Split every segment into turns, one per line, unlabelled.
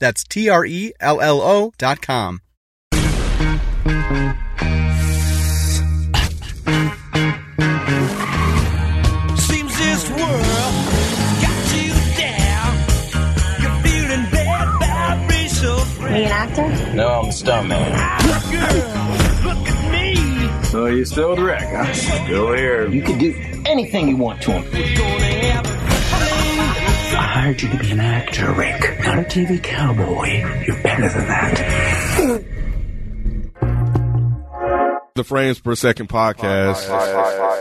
That's T R E L L O.com.
Seems this world got you down. You're feeling bad vibrational.
Are you an actor?
No, I'm a stuntman.
Look at me.
So Oh, you still Rick, huh? Still here.
You can do anything you want to him.
We're gonna have a fling.
I hired you to be an actor, Rick, not a TV cowboy. You're better than that.
the frames per second podcast.
All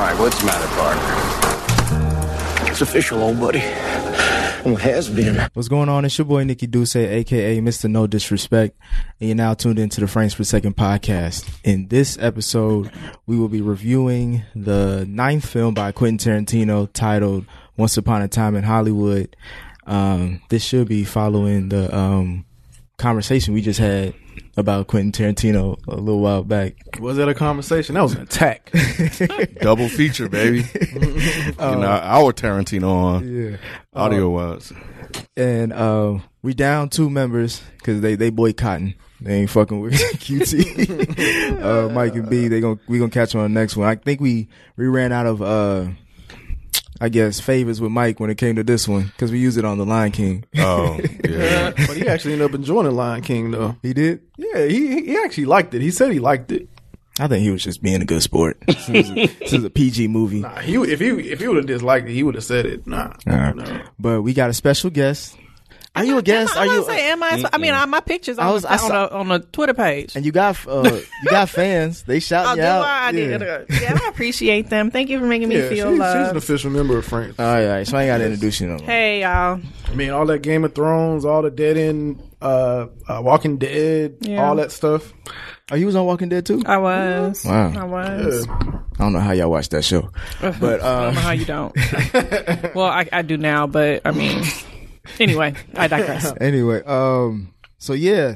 right, what's the matter, partner?
It's official, old buddy. Well, it has been.
What's going on? It's your boy Nikki Duce, aka Mr. No Disrespect, and you're now tuned into the Frames Per Second podcast. In this episode, we will be reviewing the ninth film by Quentin Tarantino titled Once Upon a Time in Hollywood. Um, this should be following the um, conversation we just had about Quentin Tarantino a little while back.
Was that a conversation? That was an attack.
Double feature, baby. you know, our Tarantino on audio
Uh,
wise.
and uh, we down two members because they they boycotting. They ain't fucking with QT, uh, Mike and B. They gon' we gonna catch 'em on the next one. I think we we ran out of uh, I guess favors with Mike when it came to this one because we used it on the Lion King.
Oh, yeah.
but he actually ended up enjoying the Lion King, though.
He did.
Yeah, he he actually liked it. He said he liked it.
I think he was just being a good sport. this, is a, this is a PG movie,
Nah, Uh, he if he if he would have disliked it, he would have said it. Nah, no.
but we got a special guest. Are you a guest?
Am I,
Are
I'm
you?
gonna say, am I? I mean, I, my pictures on,
I was-
the,
I saw-
on, the, on the Twitter page.
and you got uh, you got fans. They shout
Oh,
you
do
out.
I? I
Yeah.
did. Yeah, I appreciate them. Thank you for making me
Yeah, she, she's
feel uh,
an
loved.
official member of France.
All right, all right. So I ain't got to introduce you no more.
hey, y'all.
I mean, all that Game of Thrones, all the Dead End, uh, uh Walking Dead,
Yeah.
all that stuff.
Oh, you was on Walking Dead too?
I was.
Wow.
I
Yeah.
was.
I don't know how y'all watch that show.
But I don't know how you don't. well, I, I do now, but I mean, anyway, I digress.
Anyway, um, so yeah,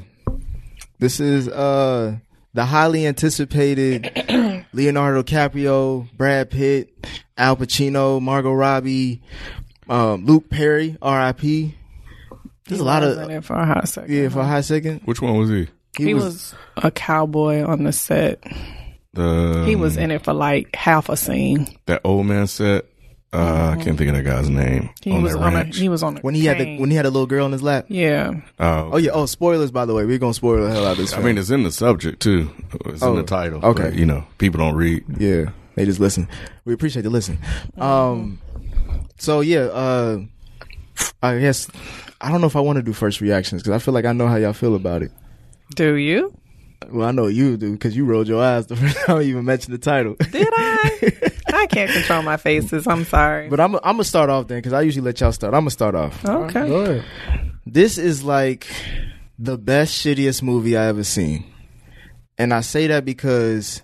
this is uh the highly anticipated Leonardo DiCaprio, Brad Pitt, Al Pacino, Margot Robbie, um, Luke Perry, R.I.P. There's a lot
I was
of
in it for a hot second.
yeah. For a high second,
Which one was he?
he, was, a cowboy on the set.
The
He
Mm.
was in it for like half a scene.
that old man set. Uh, I can't think of that guy's name
Mm-hmm. He
on
was
that
on a.
ranch.
He was on a
when he had the
cane.
when he had a little girl in his lap.
yeah.
oh,
Oh yeah. Oh, spoilers by the way. We're gonna spoil the hell out of this.
I
film.
mean, it's in the subject too. It's in
Oh,
the title.
okay.
but, you know, people don't read.
Yeah, they just listen. We appreciate the listen. Um, so yeah, uh, I guess I don't know if I want to do first reactions because I feel like I know how y'all feel about it.
Do you?
Well, I know you do because you rolled your eyes the first time you even mentioned the title.
Did I? I can't control my faces. I'm sorry.
But I'm I'm gonna start off then because I usually let y'all start. I'm gonna start off.
okay.
uh, This is like the best shittiest movie I ever seen, and I say that because.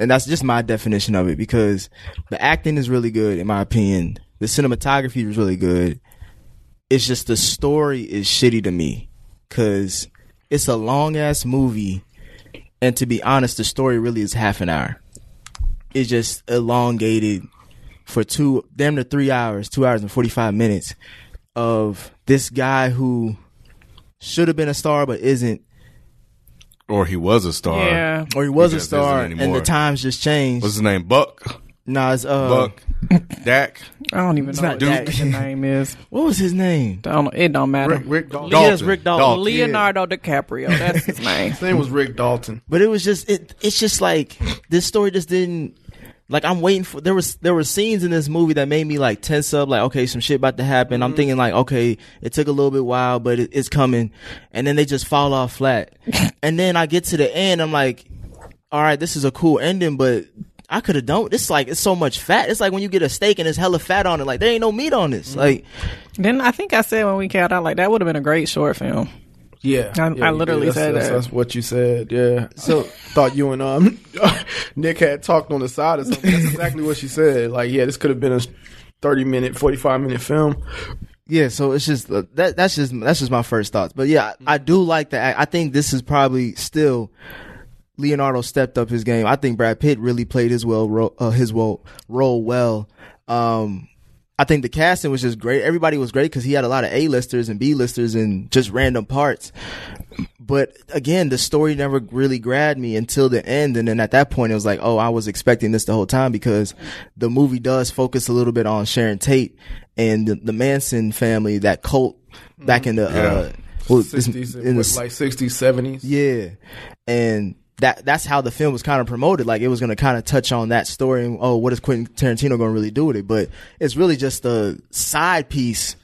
And that's just my definition of it because the acting is really good in my opinion. The cinematography is really good. It's just the story is shitty to me cuz it's a long ass movie and to be honest the story really is half an hour. It's just elongated for two damn near 3 hours, 2 hours and 45 minutes of this guy who should have been a star but isn't
Or he was a star.
Yeah.
or he was a
just
star
isn't
and
anymore.
the times just changed.
What's his name? Buck.
nah, it's uh
Buck. Dak.
I don't even know
not
what
Duke.
his name is.
what was his name?
I don't, it don't matter.
Rick, Rick Dalton.
Dalton.
Yes, Rick Dalton.
Dalton.
Leonardo DiCaprio. That's his name.
His name was Rick Dalton.
But it was just it. It's just like this story just didn't. Like I'm waiting for there was there were scenes in this movie that made me like tense up. Like okay, some shit about to happen. I'm thinking like okay, it took a little bit while, but it, it's coming. And then they just fall off flat. and then I get to the end. I'm like, all right, this is a cool ending, but I could have done. It's like it's so much fat. It's like when you get a steak and it's hella fat on it. Like there ain't no meat on this. Like
Then I think I said when we came out, like that would have been a great short film.
Yeah,
I-
yeah,
I literally
yeah, that's,
said
that's,
that.
That's what you said. Yeah. So thought you and um Nick had talked on the side or something. That's exactly what she said. Like, yeah, this could have been a thirty minute, forty five minute film.
Yeah, so it's just uh, that. That's just that's just my first thoughts. But yeah, I, I do like that. I think this is probably still Leonardo stepped up his game. I think Brad Pitt really played his well ro- uh, his well role well. Um, I think the casting was just great. Everybody was great because he had a lot of A listers and B listers and just random parts. But again, the story never really grabbed me until the end, and then at that point, it was like, oh, I was expecting this the whole time because the movie does focus a little bit on Sharon Tate and the, the Manson family, that cult back in the uh, well, this-
Mm-hmm. Sixties
in the
and like sixties, seventies.
yeah, and that that's how the film was kind of promoted. Like it was going to kind of touch on that story and oh, what is Quentin Tarantino going to really do with it? But it's really just a side piece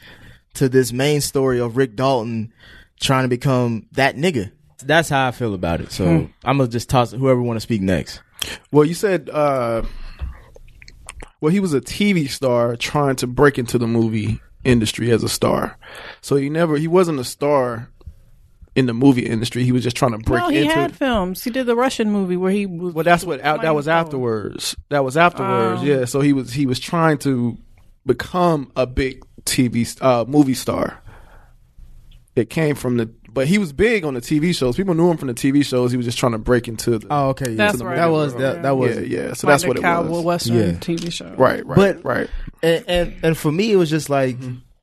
to this main story of Rick Dalton trying to become that nigga. That's how I feel about it. So
Hmm.
I'm gonna just toss whoever want to speak next.
Well, you said uh well, he was a TV star trying to break into the movie industry as a star. So he never he wasn't a star in the movie industry. He was just trying to break
no, he
into
had
it.
films. He did the Russian movie where he was.
Well, that's what out, that was
playing for.
afterwards. That was afterwards.
Oh.
yeah, so he was he was trying to become a big TV st- uh, movie star. It came from the, but he was big on the TV shows. People knew him from the TV shows. He was just trying to break into the.
Oh, okay, yeah.
That's right.
That was that. That was
yeah, yeah. So
Like
that's
the
what it
cowboy
was.
western
Yeah.
TV show.
Right, right,
But-
right. Mm-hmm.
and and, and for me, it was just like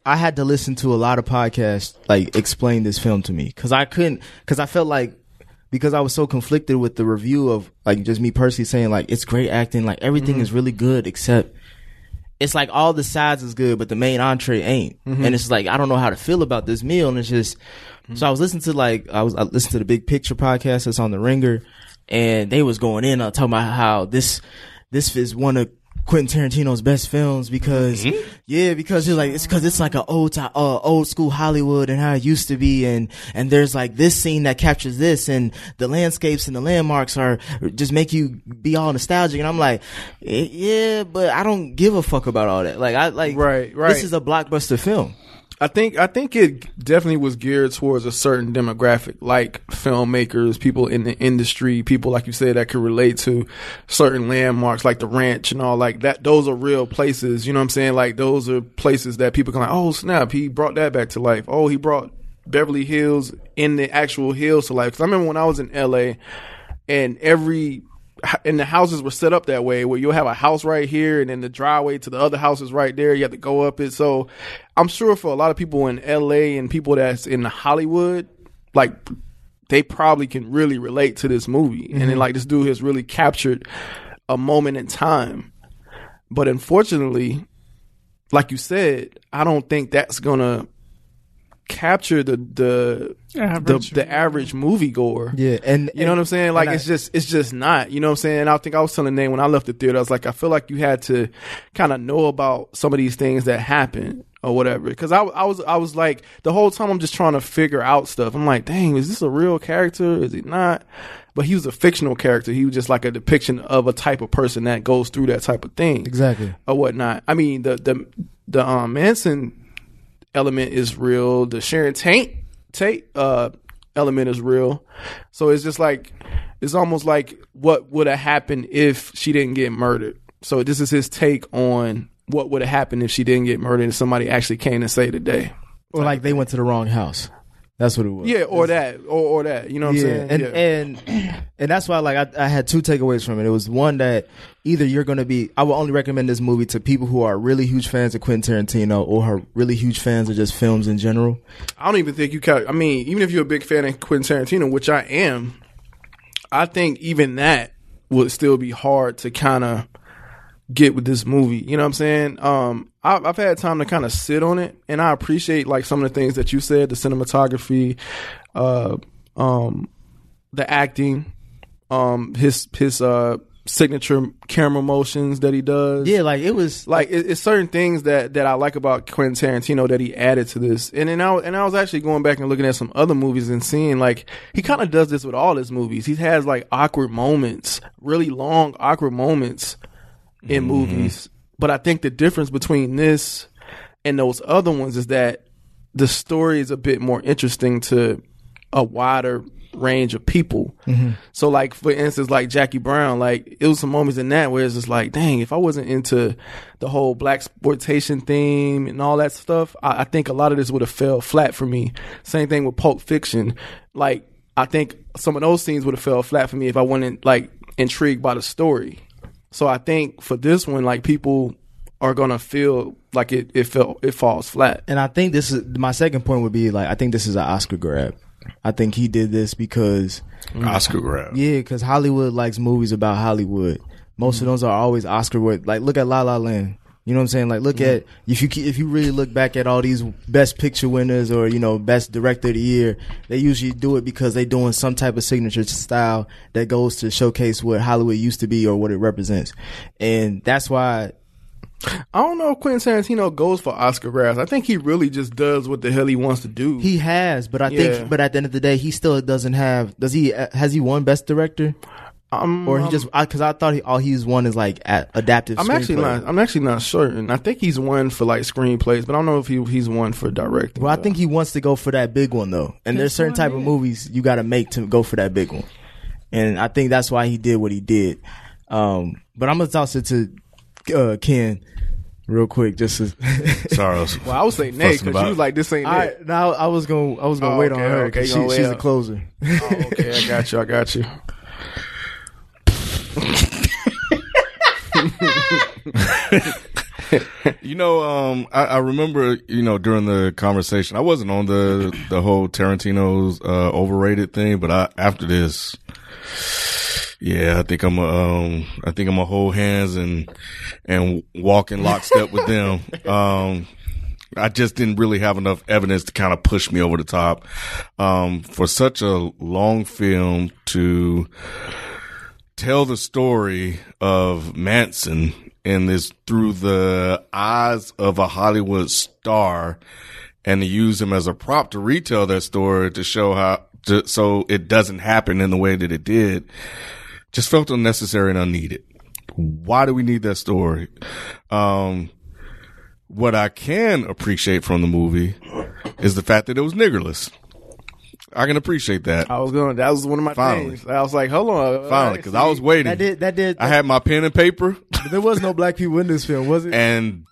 I had to listen to a lot of podcasts like explain this film to me because I couldn't because I felt like because I was so conflicted with the review of like just me personally saying like it's great acting like everything
Mm-hmm.
is really good except it's like all the sides is good but the main entree ain't and it's like I don't know how to feel about this meal and it's just so I was listening to like I was I listened to the Big Picture podcast that's on the Ringer and they was going in on talking about how this this is one of Quentin Tarantino's best films because
Mm-hmm.
yeah because it's like it's because it's like an old time uh, old school Hollywood and how it used to be and and there's like this scene that captures this and the landscapes and the landmarks are just make you be all nostalgic and I'm like eh, yeah but I don't give a fuck about all that like I like
Right, right.
this is a blockbuster film
I think I think it definitely was geared towards a certain demographic, like filmmakers, people in the industry, people like you said that could relate to certain landmarks like the ranch and all like that. Those are real places, you know what I'm saying? Like those are places that people can like, oh snap, he brought that back to life. Oh, he brought Beverly Hills in the actual hills to life. 'Cause I remember when I was in LA, and every and the houses were set up that way where you'll have a house right here and then the driveway to the other house is right there you have to go up it so i'm sure for a lot of people in la and people that's in hollywood like they probably can really relate to this movie and then like this dude has really captured a moment in time but unfortunately like you said i don't think that's gonna capture the the
Average.
the, the average moviegoer
yeah and
you know what I'm saying? Like it's just it's just not. You know what I'm saying? I think I was telling Nate when I left the theater, I was like, I feel like you had to kind of know about some of these things that happen or whatever. Because I, I was I was like the whole time I'm just trying to figure out stuff. I'm like, dang, is this a real character? Is he not? But he was a fictional character. He was just like a depiction of a type of person that goes through that type of thing
exactly
or whatnot. I mean, the the the um, Manson element is real. The Sharon Tate Tate uh, element is real. So it's just like it's almost like what would have happened if she didn't get murdered. So this is his take on what would have happened if she didn't get murdered and somebody actually came and saved the day.
or like they went to the wrong house that's what it was
Yeah, or that, or or that. You know what
yeah,
I'm saying?
and
yeah.
and and that's why like I, I had two takeaways from it. It was one that either you're gonna be I would only recommend this movie to people who are really huge fans of Quentin Tarantino or are really huge fans of just films in general.
I don't even think you can. I mean, even if you're a big fan of Quentin Tarantino, which I am, I think even that would still be hard to kind of get with this movie. You know what I'm saying? Um, I, I've had time to kind of sit on it, and I appreciate like some of the things that you said, the cinematography, uh, um, the acting, um, his his uh signature camera motions that he does.
Yeah, like it was
like it, it's certain things that that I like about Quentin Tarantino that he added to this. And then I and I was actually going back and looking at some other movies and seeing like he kind of does this with all his movies. He has like awkward moments, really long awkward moments in movies. But I think the difference between this and those other ones is that the story is a bit more interesting to a wider range of people. So, like for instance, like Jackie Brown, like it was some moments in that where it's just like, dang, if I wasn't into the whole black exploitation theme and all that stuff, I, I think a lot of this would have fell flat for me. Same thing with Pulp Fiction, like. I think some of those scenes would have fell flat for me if I wasn't like intrigued by the story. So I think for this one, like people are gonna feel like it it felt it falls flat.
and I think this is my second point would be like I think this is an Oscar grab. I think he did this because
Oscar grab.
yeah, because Hollywood likes movies about Hollywood. Most
Mm-hmm.
of those are always Oscar worthy. Like look at La La Land. You know what I'm saying? Like look at if you ke- if you really look back at all these best picture winners or you know best director of the year, they usually do it because they doing some type of signature style that goes to showcase what Hollywood used to be or what it represents, and that's why
I don't know if Quentin Tarantino goes for Oscar grabs. I think he really just does what the hell he wants to do.
He has, but I
Yeah.
think, but at the end of the day, he still doesn't have. Does he? Has he won Best Director,
I'm,
or he just? Because I, thought he, all he's won is like a, adaptive.
um, I'm actually
screenplay.
not. I'm actually not certain. I think he's one for like screenplays, but I don't know if he he's one for directing.
Well, I
though.
think he wants to go for that big one though, and there's certain type of movies you got to make to go for that big one, and I think that's why he did what he did. Um, but I'm gonna toss it to uh, Ken real quick, just to,
Sorry, I was-
Well, I would say nay
fussing
because
about
you was
it.
like this ain't
All
it.
right, now I was gonna I was gonna
Oh,
wait
okay,
on her
okay,
because
you gonna
she,
wait
she's the
up.
closer.
Oh, okay, I got you. I got you.
You know, um, I, I remember, you know, during the conversation, I wasn't on the the whole Tarantino's uh, overrated thing, but I after this, yeah, I think I'm a, um, I think I'm a hold hands and and walk in lockstep with them. Um, I just didn't really have enough evidence to kind of push me over the top um, for such a long film to tell the story of Manson and this through the eyes of a Hollywood star and to use him as a prop to retell that story to show how to, so it doesn't happen in the way that it did just felt unnecessary and unneeded. Why do we need that story? Um, what I can appreciate from the movie is the fact that it was niggerless. I can appreciate that.
Oh,
I was going. to That was one of my
Finally.
things. I was like, hold on.
Finally, because I was waiting.
That did that did.
I had my pen and paper.
there was no black people in this film, was it?
And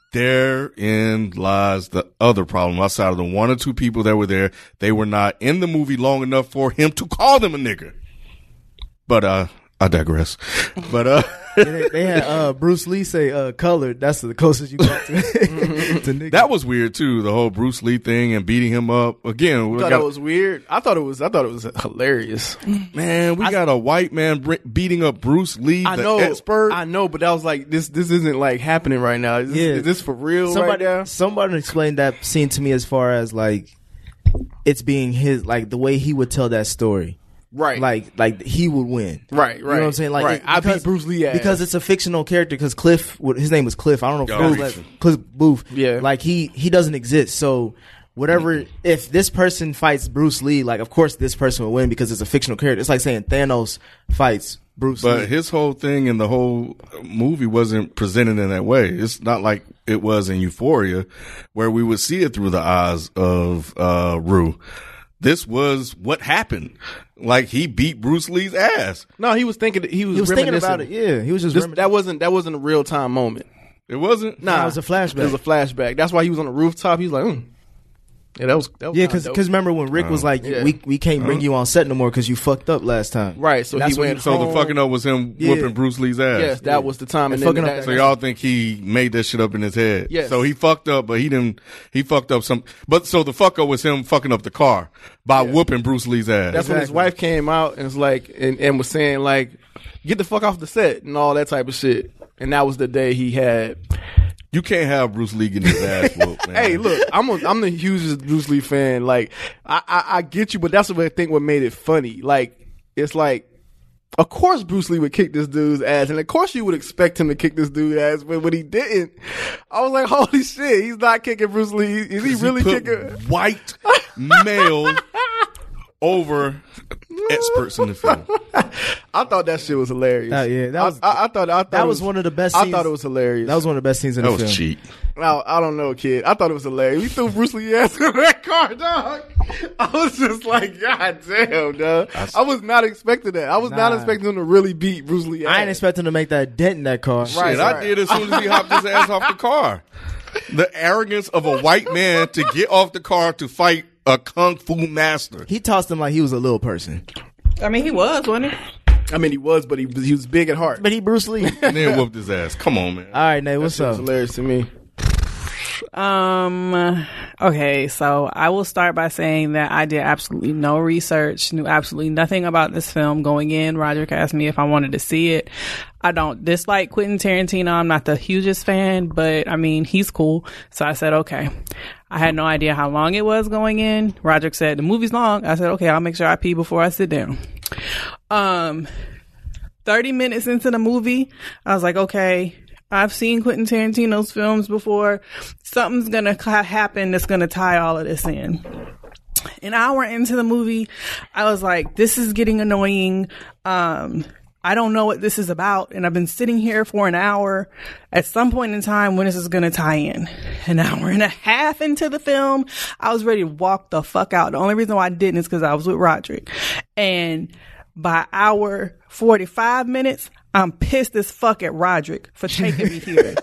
therein lies the other problem. Outside of the one or two people that were there, they were not in the movie long enough for him to call them a nigger. But uh, I digress. But uh,
they, they had uh, Bruce Lee say uh, colored. That's the closest you got to,
Mm-hmm.
to nigga.
that was weird too. The whole Bruce Lee thing and beating him up again. We
I thought
got,
it was weird. I thought it was. I thought it was hilarious.
man, we got a white man br- beating up Bruce Lee,
I
the
know,
expert.
I know, but that was like this. This isn't like happening right now. Is, this-
Yeah.
is this for real
somebody
right now?
somebody explained that scene to me as far as like it's being his like the way he would tell that story.
Right,
Like like he would win.
Right,
You know
right,
what I'm saying? Like
right.
it-
I beat Bruce Lee ass.
because it's a fictional character. Because Cliff, what- his name was Cliff. I don't know.
Oh,
if
Cliff.
Cliff, Cliff Booth.
Yeah.
Like he he doesn't exist. So whatever, if this person fights Bruce Lee, like of course this person will win because it's a fictional character. It's like saying Thanos fights Bruce Lee.
But
Mm-hmm.
his whole thing and the whole movie wasn't presented in that way. It's not like it was in Euphoria, where we would see it through the eyes of uh, Rue. This was what happened. Like he beat Bruce Lee's ass.
no, he was thinking. He was,
he was thinking about it.
reminiscing.
Yeah, he was just
This-
reminiscing.
that wasn't that wasn't a real time moment.
It wasn't.
Nah,
it was a flashback.
Ah, It was a flashback. That's why he was on the rooftop. He was like, mm. yeah, that was that was
Yeah,
kinda
because
dope.
remember when Rick
Oh.
was like,
Yeah.
we, we can't bring you on set no more because you fucked up last time.
right. So
That's
he
when
went.
So the
home.
fucking up was him
Yeah.
whooping Bruce Lee's ass.
Yes, that was the time.
And
And, then
fucking up
that-
So y'all think he made that shit up in his head?
Yes.
So he fucked up, but he didn't. He fucked up some. But so the fuck up was him fucking up the car by whooping Bruce Lee's ass.
That's when his wife came out and was like, and, and was saying like, get the fuck off the set and all that type of shit. And that was the day he had.
you can't have Bruce Lee getting his ass whooped. Man.
Hey, look, I'm a, I'm the hugest Bruce Lee fan. Like, I, I I get you, but that's what I think what made it funny. Like, it's like Of course, Bruce Lee would kick this dude's ass, and of course you would expect him to kick this dude's ass, but when he didn't, I was like, "Holy shit, he's not kicking Bruce Lee. Is he really
put
kicking?"
white male over experts in the field.
I thought that shit was hilarious.
That- yeah, that
I-
was-
I, I, thought I thought
that
it
was one of the best
I
scenes-
thought it was hilarious.
That was one of the best scenes in
That
the film.
was cheap.
No, I don't know, kid. I thought it was hilarious. We threw Bruce Lee ass in that car, dog. I was just like, God damn, dog. I, was not expecting that. I was not
Nah.
expecting him to really beat Bruce Lee.
I ain't
ass.
expecting to make that dent in that car.
Right,
Shit, I
right.
did as soon as he hopped his ass off the car. The arrogance of a white man to get off the car to fight a kung fu master.
He tossed him like he was a little person,
I mean, he was, wasn't he?
I mean, he was, but he was, he was big at heart.
but he Bruce Lee. All
And then whooped his ass. Come on, man.
right, Nate, what's
It was
up?
hilarious to me.
Um. Okay, so I will start by saying that I did absolutely no research, knew absolutely nothing about this film going in. Roger asked me if I wanted to see it. I don't dislike Quentin Tarantino. I'm not the hugest fan, but I mean he's cool, so I said okay. I had no idea how long it was going in. Roger said the movie's long. I said okay, I'll make sure I pee before I sit down. Um, 30 minutes into the movie, I was like, okay, I've seen Quentin Tarantino's films before. Something's going to ca- happen that's going to tie all of this in. An hour into the movie, I was like, this is getting annoying. Um, I don't know what this is about. And I've been sitting here for an hour. At some point in time, when is this going to tie in? An hour and a half into the film, I was ready to walk the fuck out. The only reason why I didn't is because I was with Roderick. And by hour 45 minutes, I'm pissed as fuck at Roderick for taking me here.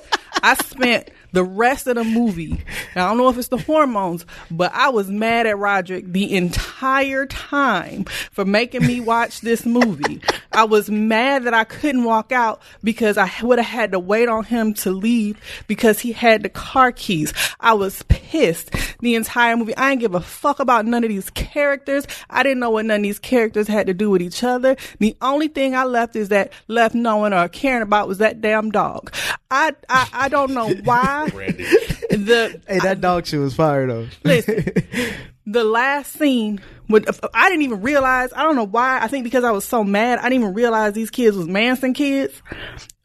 I spent the rest of the movie. Now, I don't know if it's the hormones, but I was mad at Roderick the entire time for making me watch this movie. I was mad that I couldn't walk out because I would have had to wait on him to leave because he had the car keys. I was pissed the entire movie. I didn't give a fuck about none of these characters. I didn't know what none of these characters had to do with each other. The only thing I left is that left knowing or caring about was that damn dog. I I, I don't know why the
Hey, that dog shit was fire though.
listen, the last scene with I didn't even realize. I don't know why. I think because I was so mad, I didn't even realize these kids was Manson kids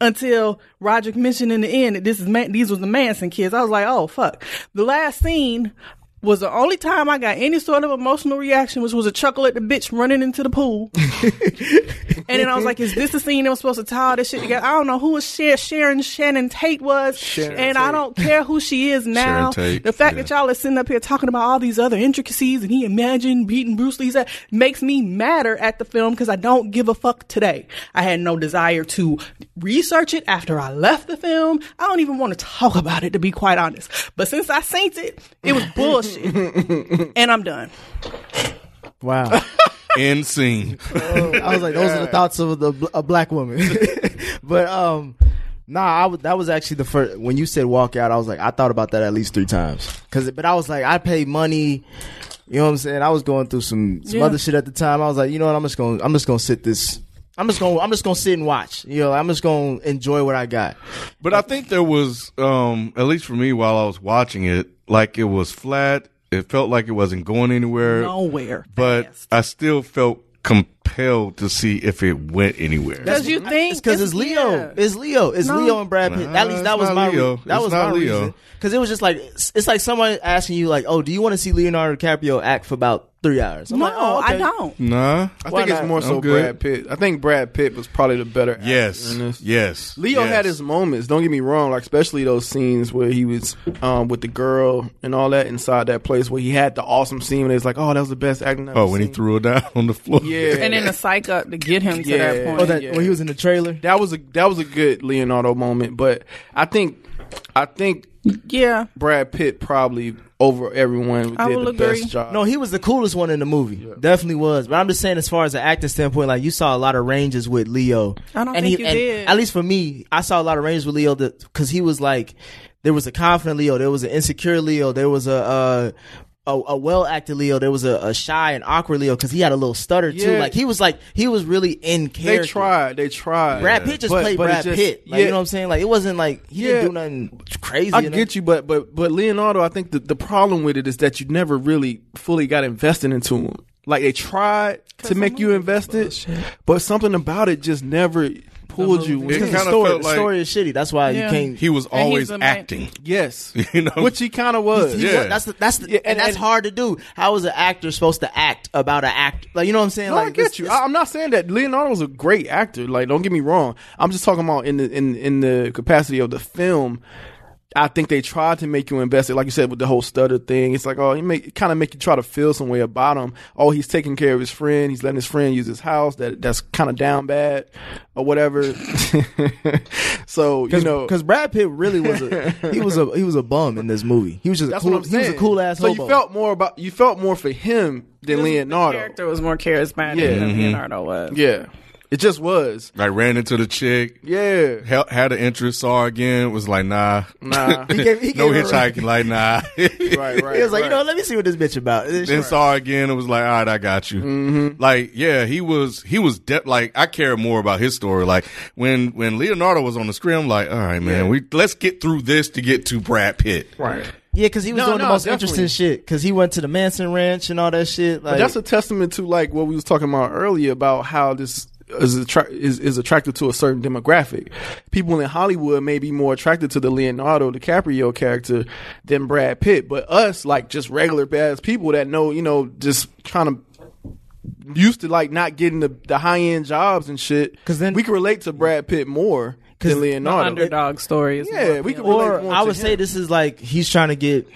until Roderick mentioned in the end that this is Man- these was the Manson kids. I was like, oh fuck. The last scene was the only time I got any sort of emotional reaction, which was a chuckle at the bitch running into the pool. And then I was like, is this the scene that was supposed to tie all this shit together? I don't know who was Cher- Sharon Shannon Tate was. and I don't care who she is now.
Tate,
the fact
yeah.
that y'all are sitting up here talking about all these other intricacies and he imagined beating Bruce Lee's ass makes me madder at the film because I don't give a fuck today. I had no desire to research it after I left the film. I don't even want to talk about it to be quite honest. But since I seen it, it was bullshit. and I'm done.
Wow.
End scene.
I was like, those are the thoughts of the bl- a black woman. but um, nah, I was that was actually the first when you said walk out. I was like, I thought about that at least three times. Cause, but I was like, I paid money. You know what I'm saying? I was going through some some
Yeah.
other shit at the time. I was like, you know what? I'm just gonna I'm just gonna sit this. I'm just gonna I'm just gonna sit and watch. You know, I'm just gonna enjoy what I got.
But I think there was, um, at least for me while I was watching it, like it was flat. It felt like it wasn't going anywhere.
Nowhere.
Er, But
Fast.
I still felt compelled to see if it went anywhere.
Because you think
It's because it's, Leo.
yeah.
It's Leo. It's
No.
Leo and Brad Pitt.
Nah,
At least that
it's
was
not
my
Leo.
Leo. that
It's
was
not
my
Leo.
reason. Because it was just like it's, it's like someone asking you like, "Oh, do you want to see Leonardo DiCaprio act for about three hours?" I'm
no,
like, "Oh, okay."
I don't.
nah.
I think it's more so
I'm good.
Brad Pitt. I think Brad Pitt was probably the better. actor
Yes.
in this.
Yes.
Leo
yes.
had his moments. Don't get me wrong, like especially those scenes where he was um, with the girl and all that inside that place where he had the awesome scene. And it's like, oh, that was the best acting. I've
Oh, when he
seen."
threw it down on the floor.
Yeah,
And then the psych up to get him to that
Yeah.
point.
Oh, that when he was in the trailer.
that was a that was a good Leonardo moment. But I think I think
yeah.
Brad Pitt probably over everyone
I
did
will
the
agree.
best job.
No, he was the coolest one in the movie. Definitely was. But I'm just saying, as far as the acting standpoint, like you saw a lot of ranges with Leo.
I don't
and
think
he,
you
and
did.
At least for me, I saw a lot of ranges with Leo because he was like, there was a confident Leo, there was an insecure Leo, there was a. Uh, a, a well acted Leo, there was a, a shy and awkward Leo because he had a little stutter too.
Yeah.
Like he was like he was really in
they
character.
tried. They tried.
Brad Pitt just
But-
played
but it
Brad
just-
Pitt. Like,
yeah.
You know what I'm saying? Like it wasn't like he
Yeah.
didn't do nothing crazy.
I
or nothing.
get you, but but but Leonardo, I think the, the problem with it is that you never really fully got invested into him. Like they tried, to make you invested, but something about it just never pulled you.
It
in.
kinda
story,
felt
the
like-
story is shitty. That's why
Yeah.
you can't.
He was
And he's
always
the man.
acting.
yes,
You know?
which he kind of was.
He
Yeah.
wa- that's the, that's the,
Yeah,
and,
and-
that's
and-
hard to do. How is an actor supposed to act about an act? Like you know what I'm saying?
No,
like
I get
it's-
you.
it's-
I, I'm not saying that Leonardo's a great actor. Like, don't get me wrong. I'm just talking about in the in in the capacity of the film. I think they tried to make you invested, like you said, with the whole stutter thing. It's like, oh, you make kind of make you try to feel some way about him. Oh, he's taking care of his friend. He's letting his friend use his house. That that's kind of down bad, or whatever. so you know,
because Brad Pitt really was a he was a he was a bum in this movie. He was just
that's
a cool,
what I'm saying.
He was a cool ass
So
hobo.
you felt more about you felt more for him than
The
Leonardo.
character was more charismatic
Yeah.
than Leonardo was.
Yeah, it just was.
Like ran into the chick.
Yeah.
Hel- had an interest, saw her again, was like, nah.
Nah.
He gave- he
no
gave her-
hitchhiking, like, nah.
right, right.
He was like,
right.
you know, what, let me see what this bitch about. It's Mm-hmm.
then
just-
saw her again and was like, all right, I got you. Like, yeah, he was, he was de- like, I care more about his story. Like when, when Leonardo was on the screen, I'm like, all right, man, we, let's get through this to get to Brad Pitt.
right.
yeah, because he was
No,
doing the
no,
most
definitely.
interesting shit. Because he went to the Manson Ranch and all that shit. Like
That's a testament to like what we was talking about earlier about how this is attra- is, is attracted to a certain demographic. People in Hollywood may be more attracted to the Leonardo DiCaprio character than Brad Pitt, but us like just regular ass people that know, you know, just kind of used to like not getting the, the high end jobs and shit.
'Cause then-
we can relate to Brad Pitt more than
The
Leonardo.
underdog stories.
yeah, we can relate
or
more.
I
to
would
him.
say this is like he's trying to get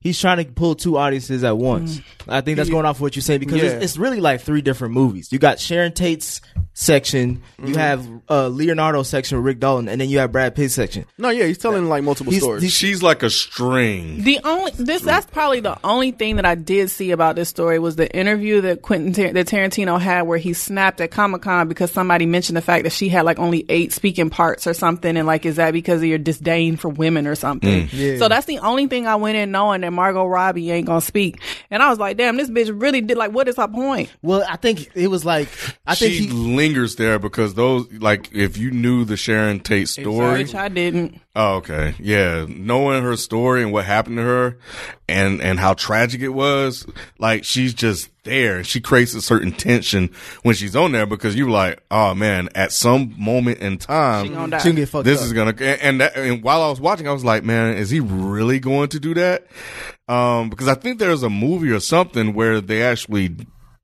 he's trying to pull two audiences at once. I think that's going off what you say because it's,
Yeah.
it's really like three different movies. You got Sharon Tate's section, you have uh, Leonardo's section with Rick Dalton, and then you have Brad Pitt's section.
no, yeah, he's telling like multiple
He's-
stories.
he's-
She's like a string.
The only this that's probably the only thing that I did see about this story was the interview that Quentin Tar- that Tarantino had where he snapped at Comic Con because somebody mentioned the fact that she had like only eight speaking parts or something, and like is that because of your disdain for women or something? So that's the only thing I went in knowing that Margot Robbie ain't gonna speak, and I was like, damn, this bitch really did like what is her point?
Well, I think it was like I think
she
he,
lingers there because those, like, if you knew the Sharon Tate story,
Which I didn't.
Oh, okay. Yeah. Knowing her story and what happened to her and, and how tragic it was, like she's just there. She creates a certain tension when she's on there because you're like, oh man, at some moment in time,
She gonna die.
she can get fucked
this
up.
is gonna and and, that, and while I was watching, I was like, man, is he really going to do that? Um, because I think there's a movie or something where they actually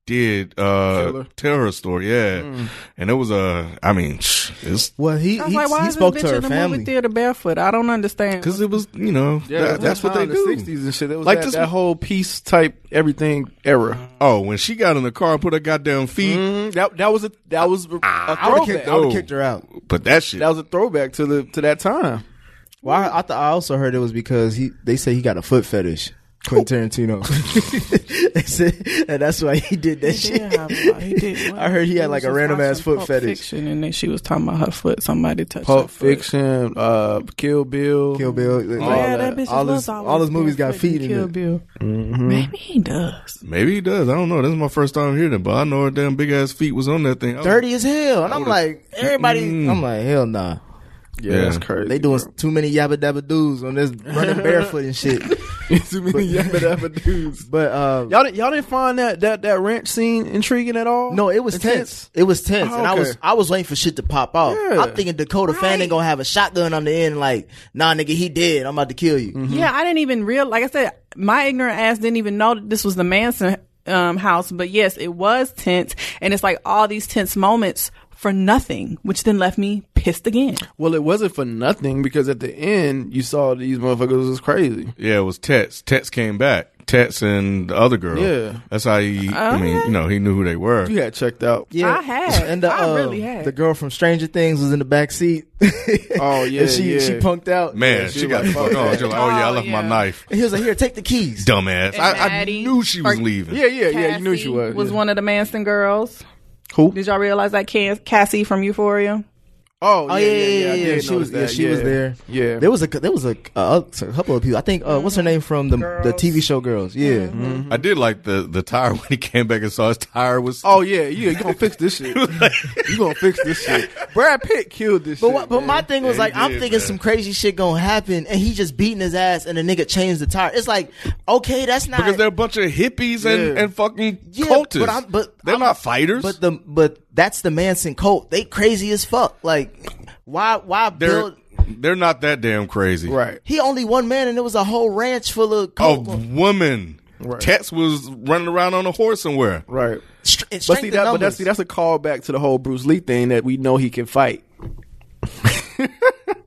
did uh tell her story, yeah. And it was a, I mean, it's
well, he
I
he,
was like, why
he
is
spoke
this
to
bitch
her
in the movie
family.
theater barefoot? I don't understand.
because it was you know
Yeah,
that-
that was
that's what they
time,
do.
The 60s and shit. That was
Like
that,
this-
that whole peace type everything era.
Oh, when she got in the car and put her goddamn feet,
That that was a that was a, a
I would
throwback.
have
though.
kicked her out.
but that shit.
That was a throwback to the to that time.
Well, I, I, th- I also heard it was because he they say he got a foot fetish. Quentin Tarantino. they said, and that's why he did that
He
shit.
did have a lot. He did.
I heard he had like
was
a
just
random ass
watching
foot
Pulp
fetish.
Fiction, and then she was talking about her foot. Somebody touched her
Pulp
foot.
Fiction, uh, Kill Bill.
Kill Bill. like,
Oh, yeah,
all that.
that bitch
all
was
his all his movies got
barefoot in
feet in
Kill
it.
Bill. Maybe he does.
Maybe he does. I don't know. This is my first time hearing it, but I know her damn big ass feet was on that thing. I was-
Dirty as hell, and I'm like, everybody.
Mm.
I'm like, hell nah.
Yeah,
Yeah.
that's crazy.
They doing too many yabba dabba doos on this running barefoot and shit.
too many yabba dabba dudes.
But uh,
Y'all didn't y'all didn't find that that that ranch scene intriguing at all?
no, it was tense. It was tense, and I
Okay.
was I was waiting for shit to pop off.
Yeah.
I'm thinking Dakota Fanning gonna have a shotgun on the end, like, nah, nigga, he dead. I'm about to kill you.
Yeah, I didn't even real. Like I said, my ignorant ass didn't even know that this was the Manson um, house. But yes, it was tense, and it's like all these tense moments for nothing, which then left me pissed again.
Well, it wasn't for nothing because at the end you saw these motherfuckers was crazy.
yeah, it was Tets. Tets came back. Tets and the other girl.
Yeah.
that's how he. I mean, you know, he knew who they were.
You got checked out.
Yeah,
I had.
And the,
I
uh,
really had.
The girl from Stranger Things was in the back seat.
Oh, yeah,
and she
yeah.
she punked out.
Man,
Yeah,
she,
she
got the
like,
fuck
fuck
on.
that.
She like, oh yeah, I
Oh,
left my
yeah.
knife.
And he was like, here, take the keys.
Dumbass. I, I
Maddie.
knew she was
Or-
leaving.
Yeah, yeah, yeah. You knew
Cassie
she was.
was
yeah.
one of the Manson girls.
Who?
Did y'all realize that Cass- Cassie from Euphoria?
Oh,
Oh yeah, yeah, yeah. yeah, She was, yeah, she was there.
Yeah.
there was a there was a, a, a couple of people. I think uh, what's her name from the the TV show Girls? Mm-hmm. Yeah,
I did like the the tire when he came back and saw his tire was.
Oh yeah, yeah. You gonna fix this shit? you gonna fix this shit? Brad Pitt killed this.
But
shit,
what, but
man.
my thing was
Yeah,
like
he
I'm
did,
thinking
man.
some crazy shit gonna happen, and he just beating his ass, and the nigga changed the tire. It's like okay, that's not
because they're a bunch of hippies and,
Yeah.
and fucking
Yeah,
cultists.
but I'm- but
they're
I'm-
not fighters.
But the but that's the Manson cult. They crazy as fuck. Like why why
they're
build?
they're not that damn crazy.
right?
He only one man, and it was a whole ranch full of
A
cult.
woman.
Oh. Right.
Tex was running around on a horse somewhere.
Right.
Str- and
But
strength
see
in
that. But
numbers.
that's see that's a callback to the whole Bruce Lee thing that we know he can fight.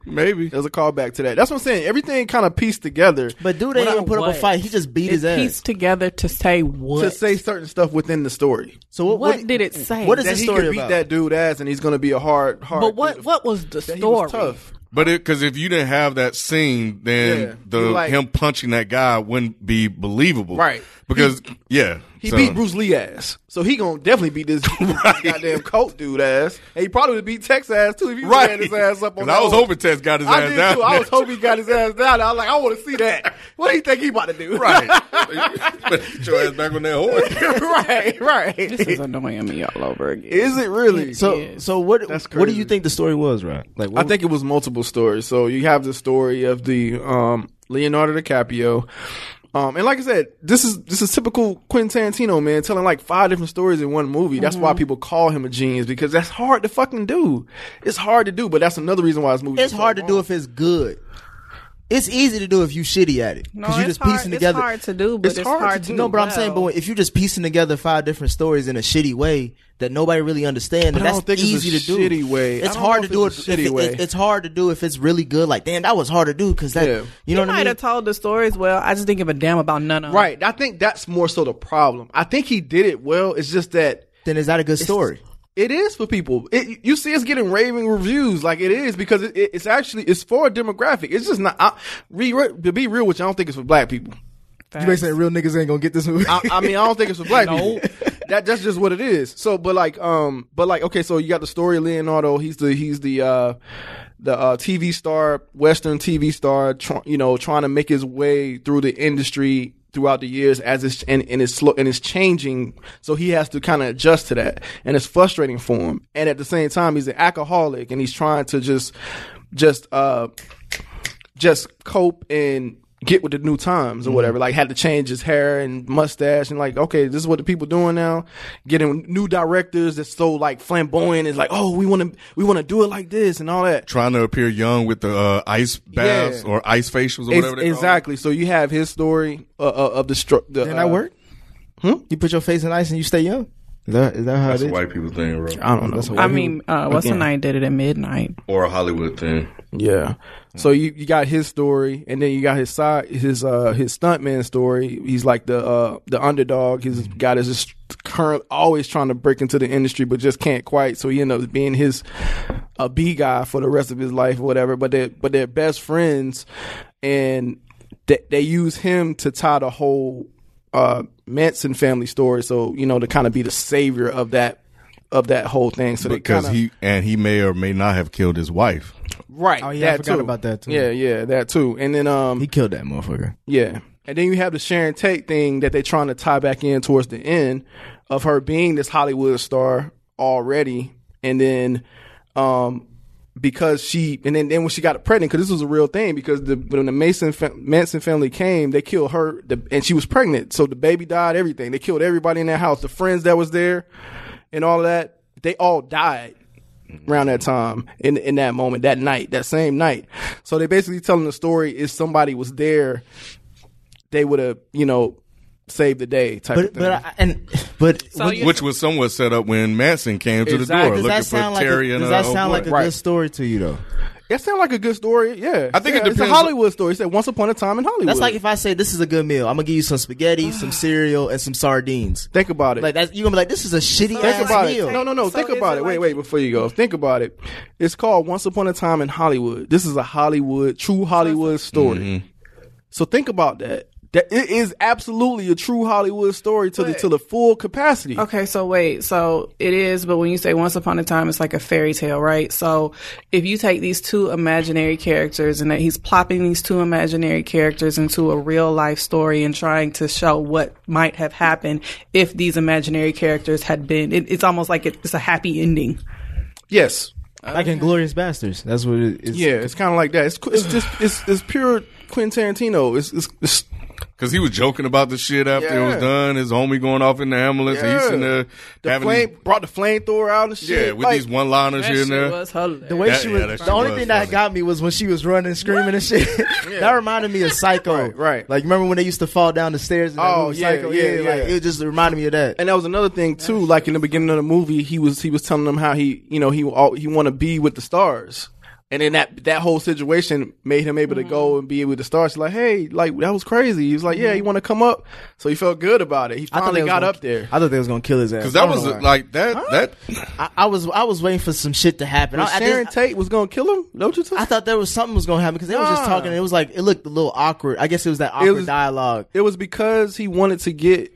Maybe.
There's a callback to that. That's what I'm saying. Everything kind of pieced together.
But dude, they
What
didn't
I-
put up
what?
a fight. He just beat
It's
his ass.
pieced together to say what?
to say certain stuff within the story.
so
what,
what,
did it say?
what is
that
this
he
story
could beat
about?
that dude ass, and he's gonna be a hard, hard.
But what
dude.
what was the
That
story?
he was tough.
But because if you didn't have that scene, then
Yeah.
the
You like-
him punching that guy wouldn't be believable,
Right.
Because yeah,
He
so-
beat Bruce Lee ass, so he gonna definitely beat this goddamn Colt dude ass, and he probably would beat Tex ass too if he
Right,
ran his ass up. on
'Cause I was
the-
hoping Tex got his
I
ass
did
down.
too. I
there.
was hoping he got his ass down. I was like, I want to see that. What do you think he about to do?
right. But get your ass back on that horse.
right, right.
This is annoying me all over again.
Is it really?
So so what
That's
what do
crazy.
you think the story was, right? Like
I
what,
think it was multiple stories. So you have the story of the um, Leonardo DiCaprio. Um, and like I said, this is this is typical Quentin Tarantino, man, telling like five different stories in one movie. That's why people call him a genius because that's hard to fucking do. It's hard to do, but that's another reason why this movie.
it's hard to do if it's good. It's easy to do if you shitty at it
No,
because you
it's
just
hard,
piecing together.
It's hard to do, but
It's
it's,
hard
hard,
to
to
do.
do.
No, but I'm saying, but
well.
when- if you're just piecing together five different stories in a shitty way that nobody really understands,
But I
that's
don't think it's a
easy to do.
shitty way. I
It's
don't
hard to
know if
do it.
it's a shitty
if it-
way.
it- It's hard to do if it's really good. Like, damn, that was hard to do because that.
Yeah.
You know what
he might
I mean?
have told the stories well. I just didn't give a damn about none of them.
right. I think that's more so the problem. I think he did it well. It's just that
then is that a good story?
It is for people. It, you see, it's getting raving reviews. Like it is because it, it- it's actually it's for a demographic. It's just not. I, re, re- to be real with you, I don't think it's for black people.
Facts.
real niggas ain't gonna get this movie?
I, I mean, I don't think it's for black people. That that's just what it is. So, but like, um, but like, okay, so you got the story of Leonardo. He's the he's the uh the uh, TV star, Western TV star. Tr- you know, trying to make his way through the industry throughout the years as it's and, and it's slow and it's changing. So he has to kind of adjust to that, and it's frustrating for him. And at the same time, he's an alcoholic, and he's trying to just just uh just cope and get with the new times or
Mm-hmm.
whatever. Like had to change his hair and mustache and like, okay, this is what the people doing now. Getting new directors that's so like flamboyant is like, oh, we want to we want to do it like this and all that.
Trying to appear young with the uh, ice baths
Yeah.
or ice facials or
Ex-
whatever. They
exactly. So you have his story uh, uh, of the stru- the.
Didn't
uh,
that work? Hmm? You put your face in ice and you stay young. Is that is that how
Call it. That's
it
a
is?
white people thing, bro,
I don't know.
I mean, uh, what's the name did it at midnight?
or a Hollywood thing.
Yeah. So you, you got his story, and then you got his side his uh his stuntman story. He's like the uh the underdog. His
Mm-hmm.
guy is just current always trying to break into the industry, but just can't quite. So he ends up being his a B guy for the rest of his life or whatever. But they but they're best friends, and they, they use him to tie the whole uh Manson family story. So you know to kind of be the savior of that of that whole thing. So
Because
they kinda,
he and he may or may not have killed his wife.
right.
Oh, yeah, I
that
forgot
too.
about that, too.
Yeah, yeah, that too. And then um
He killed that motherfucker.
yeah. And then you have the Sharon Tate thing that they're trying to tie back in towards the end of her being this Hollywood star already. And then, um, because she, and then, then when she got pregnant, because this was a real thing, because the, when the Mason fa- Manson family came, they killed her, the, and she was pregnant. So the baby died, everything. They killed everybody in that house, the friends that was there, and all that. They all died around that time in in that moment that night that same night so they basically telling the story if somebody was there they would have you know saved the day type of
But
thing
but I, and but
So
when-
you-
Which was somewhat set up when Manson came to
Exactly.
the door
does
looking
that
for
sound like
Terry
a,
and
does
uh,
that
oh,
sound
boy.
like a
Right.
good story to you though?
that sounds like a good story yeah
I think it
Yeah, it's a
depends-
hollywood story it said once upon a time in hollywood
That's like if I say this is a good meal, I'm gonna give you some spaghetti, some cereal, and some sardines.
think about it
Like that's you gonna be like, this is a shitty
think
ass
about
meal.
it. No, no, no.
So
think
is
about
it
it. wait,
like-
wait. Before you go, think about it. It's called Once Upon a Time
Mm-hmm.
in Hollywood. This is a Hollywood, true Hollywood story. So think about that. That it is absolutely a true Hollywood story to the to the full capacity.
Okay, so wait, so it is, but when you say once upon a time, it's like a fairy tale, right? So if you take these two imaginary characters and that he's plopping these two imaginary characters into a real life story and trying to show what might have happened if these imaginary characters had been, it, it's almost like it, it's a happy ending.
Yes.
Like in Glorious Bastards. That's what it is.
Yeah, it's kind of like that. It's it's just it's it's pure Quentin Tarantino. It's it's, it's
Cause he was joking about the shit after it was
Yeah.
done. His homie going off in the ambulance. and He's in there
the
having
flame
these-
brought the flamethrower out and shit.
yeah, with
Like,
these one liners here and there.
The way
That-
she
yeah,
was,
that shit
the only
was
thing that
funny.
got me was when she was running, screaming and shit. that reminded me of Psycho.
Right, right.
Like, remember when they used to fall down the stairs? In that
Oh,
movie,
yeah,
Psycho?
yeah,
Like,
yeah.
it just reminded me of that.
And that was another thing too. Like in the beginning of the movie, he was he was telling them how he you know he all, he want to be with the stars, and then that that whole situation made him able to go and be with the stars. Like hey, like that was crazy. He was like, yeah, he want to come up, so he felt good about it. He
I thought
finally
they was
got
gonna-
up there.
I thought they was gonna kill his ass.
Cause
I
that
don't
was
know
a-
why.
like that. That
I, I was I was waiting for some shit to happen. I, I just-
Sharon Tate was gonna kill him. Don't you think?
I thought there was something was gonna happen because they were just
Nah.
talking. And it was like it looked a little awkward. I guess it was that awkward
was-
dialogue.
It was because he wanted to get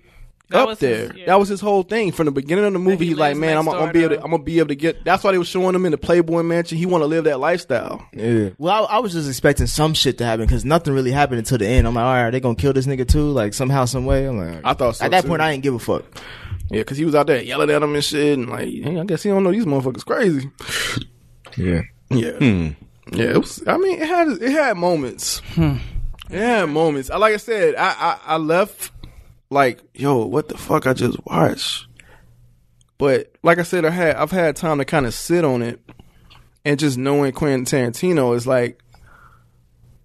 up
was
there.
his- yeah.
That was his whole thing from the beginning of the movie.
he
He's like,
lives
man, I'm,
next
gonna- I'm gonna
door
be able to,
now."
I'm gonna be able to get. That's why they were showing him in the Playboy Mansion. He want to live that lifestyle.
Yeah. Well, I, I was just expecting some shit to happen because nothing really happened until the end. I'm like, all right, they gonna kill this nigga too, like somehow, some way. I'm like,
I thought so,
at that
too.
point I didn't give a fuck.
Yeah, because he was out there yelling at him and shit, and like, hey, I guess he don't know these motherfuckers crazy.
Yeah.
Yeah,
Hmm.
yeah. It was, I mean, it had it had moments.
Hmm.
It had moments. I like I said, I, I I left like, yo, what the fuck I just watched. But like I said, I had I've had time to kind of sit on it, and just knowing Quentin Tarantino is like.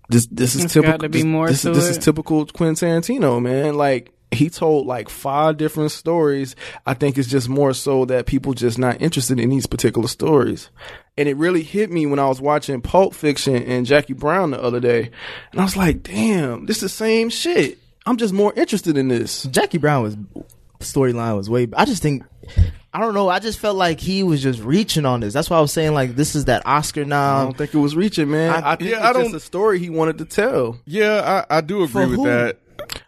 This this is
It's
typical.
got to be
this-
more
this,
to
this is
it.
typical Quentin Tarantino, man. Like he told like five different stories. I think it's just more so that people just not interested in these particular stories. And it really hit me when I was watching Pulp Fiction and Jackie Brown the other day, and I was like, "Damn, this is the same shit." I'm just more interested in this.
Jackie Brown was storyline was way. I just think I don't know. I just felt like he was just reaching on this. That's why I was saying like this is that Oscar
I
now.
don't think it was reaching, man. I,
I-
think
yeah,
it's
I
just
don't-
a story he wanted to tell
yeah, I, I do agree with
who?
that.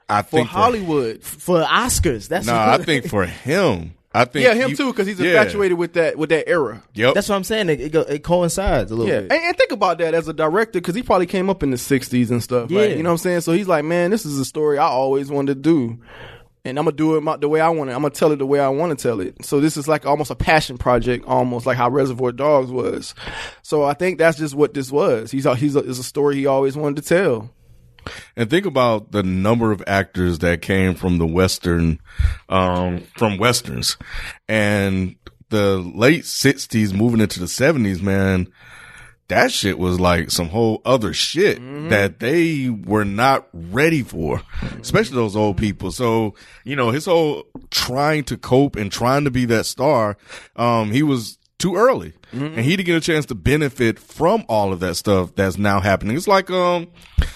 I
for
think
Hollywood.
for Oscars. That's
Nah, I think for him. I think
Yeah, him
you-
too, because he's
yeah,
infatuated with that with that era.
Yep.
that's what I'm saying. It, it, go, it coincides a little
Yeah,
bit.
and, and think about that as a director because he probably came up in the '60s and stuff. Yeah,
Yeah.
you know what I'm saying. So he's like, man, this is a story I always wanted to do, and I'm gonna do it my, the way I want it. I'm gonna tell it the way I want to tell it. So this is like almost a passion project, almost like how Reservoir Dogs was. So I think that's just what this was. He's a, he's a, it's a story he always wanted to tell.
And think about the number of actors that came from the Western, um, from Westerns and the late sixties moving into the seventies, man. That shit was like some whole other shit that they were not ready for, especially those old people. So, you know, his whole trying to cope and trying to be that star, um, he was too early and he didn't get a chance to benefit from all of that stuff that's now happening. It's like, um,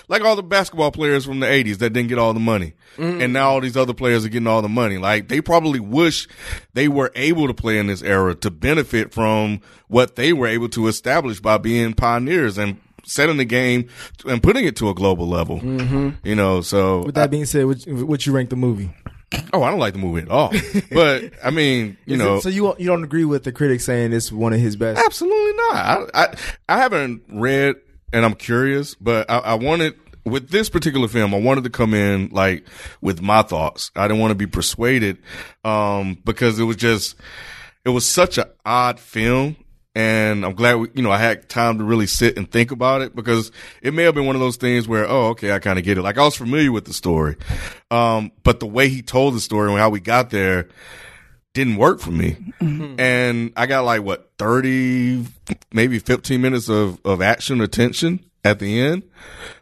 like all the basketball players from the 80s that didn't get all the money
Mm-hmm.
and now all these other players are getting all the money like they probably wish they were able to play in this era to benefit from what they were able to establish by being pioneers and setting the game and putting it to a global level you know so
With that being said, Mm-hmm. would, would you rank the movie?
oh i don't like the movie at all but i mean you
Is it-
know
so you you don't agree with the critics saying it's one of his best?
Absolutely not. I, I I haven't read, and I'm curious, but I, I wanted with this particular film, I wanted to come in like with my thoughts. I didn't want to be persuaded, um, because it was just it was such an odd film. And I'm glad we, you know, I had time to really sit and think about it because it may have been one of those things where, oh, okay, I kind of get it. Like I was familiar with the story. Um, but the way he told the story and how we got there, didn't work for me.
Mm-hmm.
And I got like what 30 maybe 15 minutes of of action or tension at the end,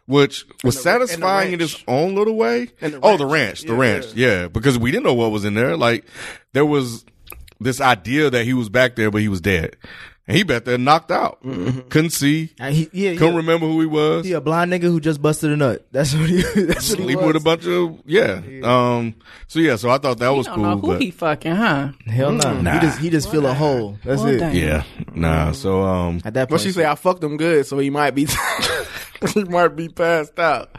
which was satisfying in its
ranch.
own little way.
the
oh, the ranch,
ranch.
the ranch. Yeah, because we didn't know what was in there. Like there was this idea that he was back there but he was dead. And he back there knocked out. Couldn't see.
And Uh, he, yeah,
Couldn't
yeah.
remember who he was.
He a blind nigga who just busted a nut. That's what he. That's what he
Sleep
was.
with a bunch of yeah. Um so yeah, so I thought that was
I don't
cool.
know who
but-
he fucking, huh?
Hell no. He just he just feel a hole. That's
Well,
it.
dang.
yeah.
Mm-hmm.
Nah. So um
At that point,
But she say I fucked him good, so he might be he might be passed out.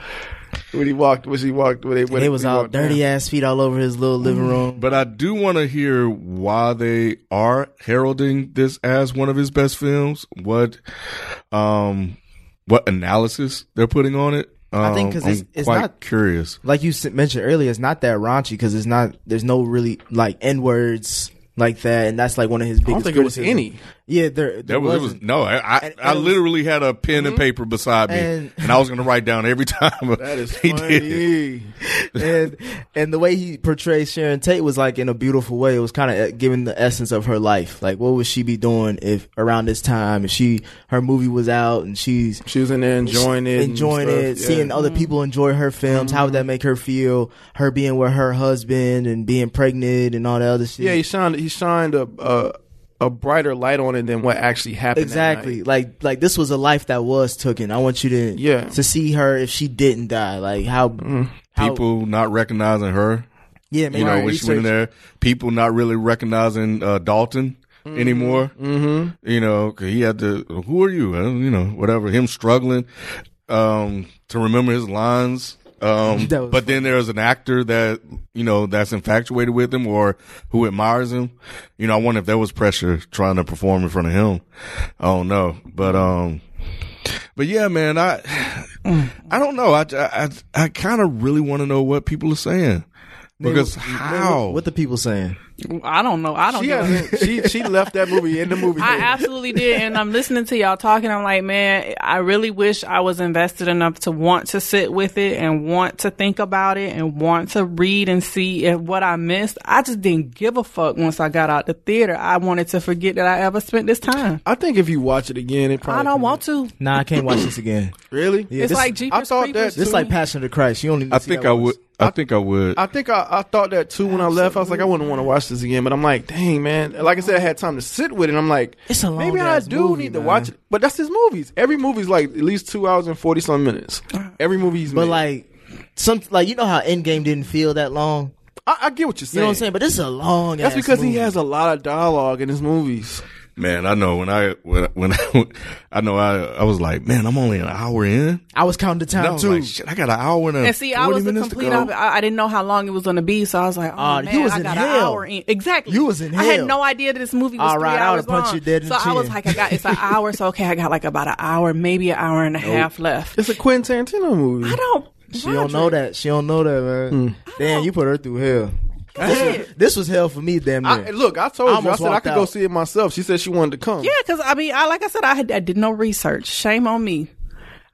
when he walked, when she walked, when they, when
They was
he
all
walked down.
dirty ass feet all over his little living room.
But I do want to hear why they are heralding this as one of his best films. What, um, what analysis they're putting on it? Um,
I think 'cause it's-
I'm
it's
quite
not-
curious.
Like you s- mentioned earlier, it's not that raunchy because it's not. There's no really like n words like that, and that's like one of his biggest.
I don't think it was
criticisms.
any.
Yeah, there, there,
There was, it was
wasn't.
no. I I,
And- and
I
it was-
literally had a pen and paper beside me, and,
And-
I was going to write down every time that
That is
he did. it.
funny.
and and the way he portrayed Sharon Tate was like in a beautiful way. It was kind of giving the essence of her life. Like, what would she be doing if around this time? If she her movie was out and she's
She was in there enjoying it, and
enjoying
stuff,
it,
yeah.
seeing other people enjoy her films. How would
Mm-hmm.
that make her feel? Her being with her husband and being pregnant and all that other shit.
Yeah, he shined. He shined a a, a brighter light on it than what actually happened. that
exactly.
night.
Like like this was a life that was taken. I want you to
Yeah.
to see her if she didn't die. Like how how-
Mm-hmm. People not recognizing her,
yeah
you know,
maybe
when she went in there. People not really recognizing uh, Dalton anymore. Mm-hmm. You know, 'cause he had to. Who are you? I don't- You know, whatever. Him struggling um, to remember his lines. Um,
That was
but then there's an actor that you know that's infatuated with him or who admires him. You know, I wonder if there was pressure trying to perform in front of him. I don't know, but um, but yeah, man, I I don't know. I I I kind of really want to know what people are saying because how
What the people saying?
I don't know. I don't.
She,
give a-
hasn't, she she left that movie in the movie.
I
theater.
absolutely did, and I'm listening to y'all talking. I'm like, man, I really wish I was invested enough to want to sit with it and want to think about it and want to read and see if what I missed. I just didn't give a fuck once I got out the theater. I wanted to forget that I ever spent this time.
I think if you watch it again, it probably
I don't want to.
Nah, I can't watch this again.
really.
Yeah,
it's
this-
like Jeepers
I thought
Creepers.
that-
This
too.
like Passion of the Christ. You only. need to
I
see
think
that
I
once.
would. I think I would.
I think I, I thought that too when I left. I was like, I wouldn't want to watch this again. But I'm like, dang man. Like I said, I had time to sit with it. I'm like,
It's a
maybe I
long-ass
do
movie,
need to
man.
watch it. But that's his movies. Every movie's like at least two hours and forty some minutes. Every movie he's
But
made.
like some like you know how Endgame didn't feel that long.
I, I get what you're saying.
You know what I'm saying? But this is a long.
That's
ass
because he
movie.
has a lot of dialogue in his movies.
Man, I know when I when when I, I know I I was like, man, I'm only an hour in.
I was counting the
And I
time
was
too.
like, shit, I got an hour and, a
And see, I
40
was the
minutes to
complete.
go.
opposite. I, I didn't know how long it was going to be, so I was like, "Oh,
Ah, you
man,
was
I
in
got an
hell.
hour in." Exactly,
You was in
I
hell.
had no idea that this movie was
All
three
right, I
hours
would've punched
long.
you dead in
so
the
I was
chin.
like, "I got it's an hour, so okay, I got like about an hour, maybe an hour and a half left."
It's a Quentin Tarantino movie.
I don't.
she don't know that. She don't know that,
Hmm.
man. Damn, you put her through hell.
Yeah,
This was hell for me, damn
I,
near.
look, I told
I
you. I
almost
said I
walked
could go
out.
see it myself. She said she wanted to come.
because I mean, I like I said, I had I did no research. Shame on me.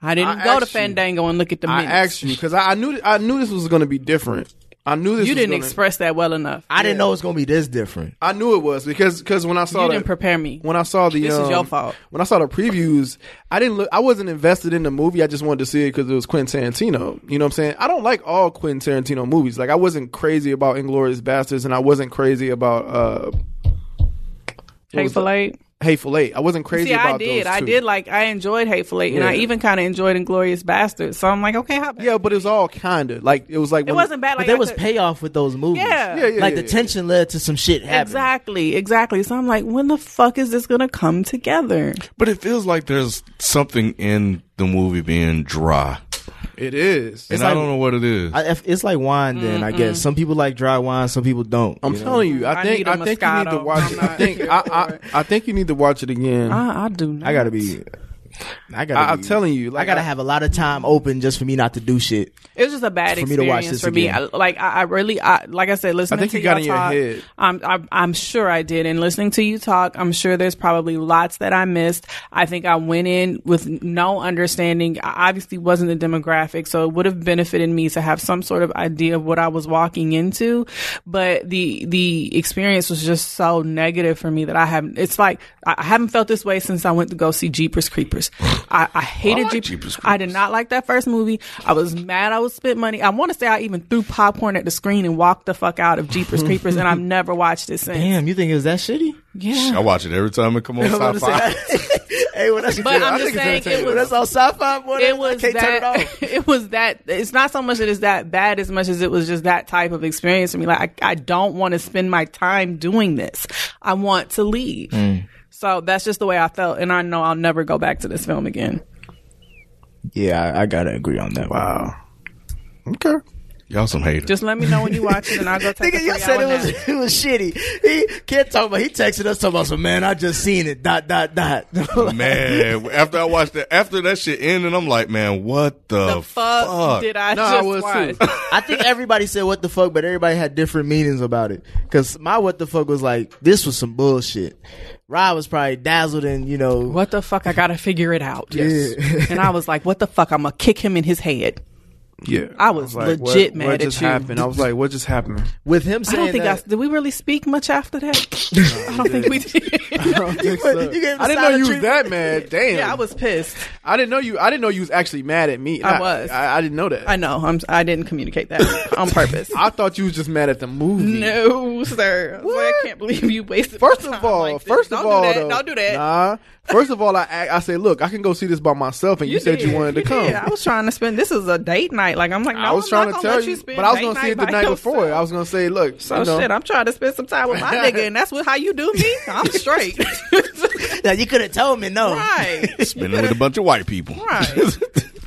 I didn't
I
go to
asked you.
Fandango and look at the
I
minutes.
asked you because I, I knew I knew this was going to be different. I knew this.
you
was
didn't
gonna-
express that well enough.
I didn't know it was gonna be this different.
I knew it was because because when I saw
you
the-
didn't prepare me.
when I saw the
This is
um,
your fault.
When I saw the previews, I didn't look. I wasn't invested in the movie. I just wanted to see it because it was Quentin Tarantino. You know what I'm saying? I don't like all Quentin Tarantino movies. Like I wasn't crazy about Inglorious Bastards, and I wasn't crazy about uh,
Hateful Eight.
Hateful Eight. I wasn't crazy
See,
about
I did.
those
I
two.
did like. I enjoyed Hateful Eight, and I
Yeah.
even kind of enjoyed Inglorious Bastards. So I'm like, okay, how?
Yeah, but it was all kinda like it was like
it wasn't bad.
But
Like
there
I
was
could-
payoff with those movies.
Yeah.
Yeah, yeah,
like
yeah,
the
yeah.
tension led to some shit happening.
Exactly, exactly. So I'm like, when the fuck is this gonna come together?
but it feels like there's something in the movie being dry,
It is.
and
like-
I don't know what it is.
I, if- it's like wine. Then I guess some people like dry wine, some people don't.
I'm
you know?
telling you, I
I
think
need a
I think you need to
Moscato.
watch it. I think I, I I think you need to watch it
Mm.
again. I,
I, I do not.
I gotta be. I gotta.
I'm
be-
telling you, like
I gotta have a lot of time open just for me not to do shit.
It was just a bad
For me
experience
to watch this
for me.
again.
I, like I, I really, I like I said, listening
think
to
you got
y'all
in your
talk,
head.
I'm, I'm, I'm sure I did. And listening to you talk, I'm sure there's probably lots that I missed. I think I went in with no understanding. I obviously wasn't the demographic, so it would have benefited me to have some sort of idea of what I was walking into. But the the experience was just so negative for me that I haven't. It's like I I haven't felt this way since I went to go see Jeepers Creepers. I, I hated
like
Jeep-
Jeepers
I did not like that first movie. I was mad. I was spent money. I want to say I even threw popcorn at the screen and walked the fuck out of Jeepers Creepers, and I've never watched it since.
Damn, you think it was that shitty?
I watch it every time it come on sci fi.
hey, when that's,
But I'm just saying it
when that's
was.
on sci-fi, boy,
It was
I can't turn it
that.
off.
It, was that. It's not so much that it's that bad as much as it was just that type of experience for me. Like I, I don't want to spend my time doing this. I want to leave. So that's just the way I felt, and I know I'll never go back to this film again.
Yeah, I, I gotta agree on that. Wow.
Okay.
Y'all some haters.
Just let me know when you watch it, and I'll go take a
Nigga, you
three
said
hour
it was
nap.
it was shitty. He can't talk about. He texted us talking about some man. I just seen it. Dot dot dot.
man, after I watched that, after that shit ended, I'm like, man, what the,
The fuck, did I
No, I
just
was
watch?
too.
I think everybody said what the fuck, but everybody had different meanings about it. Cause my what the fuck was like, this was some bullshit. Rod was probably dazzled and you know
What the fuck? I gotta figure it out. and I was like, what the fuck? I'm gonna kick him in his head.
Yeah.
I was legit mad
what
at
just
you.
happened? I was like, what just happened?
with him
I
saying
don't think
that,
I did. We really speak much after that. I don't think we did.
you, put- you gave him
I didn't know
silent
you was
treatment.
that mad. Damn.
yeah, I was pissed.
I didn't know you. I didn't know you was actually mad at me.
I was.
I, I didn't know that.
I
I,
know. I'm. I didn't communicate that on purpose.
thought you was just mad at the movie.
no, sir. I, was like, I
What?
can't believe you wasted. my
First of
time
all,
like this.
first
don't
of all,
do that.
though-
don't do that.
Nah. First of all, I I say, look, I can go see this by myself, and you, said you
did.
wanted to come.
did. I was trying to spend. This is a date night. Like I'm like, no,
I was
am
trying
not
to
gonna
tell
let
you,
you, spend
but I was
date
gonna see
night
it the
by
night before.
yourself.
I was gonna say, look,
So
you know,
shit, I'm trying to spend some time with my nigga, and that's what how you do me. I'm straight.
Now, you could have told me no.
right.
Spinning with a bunch of white people.
Right.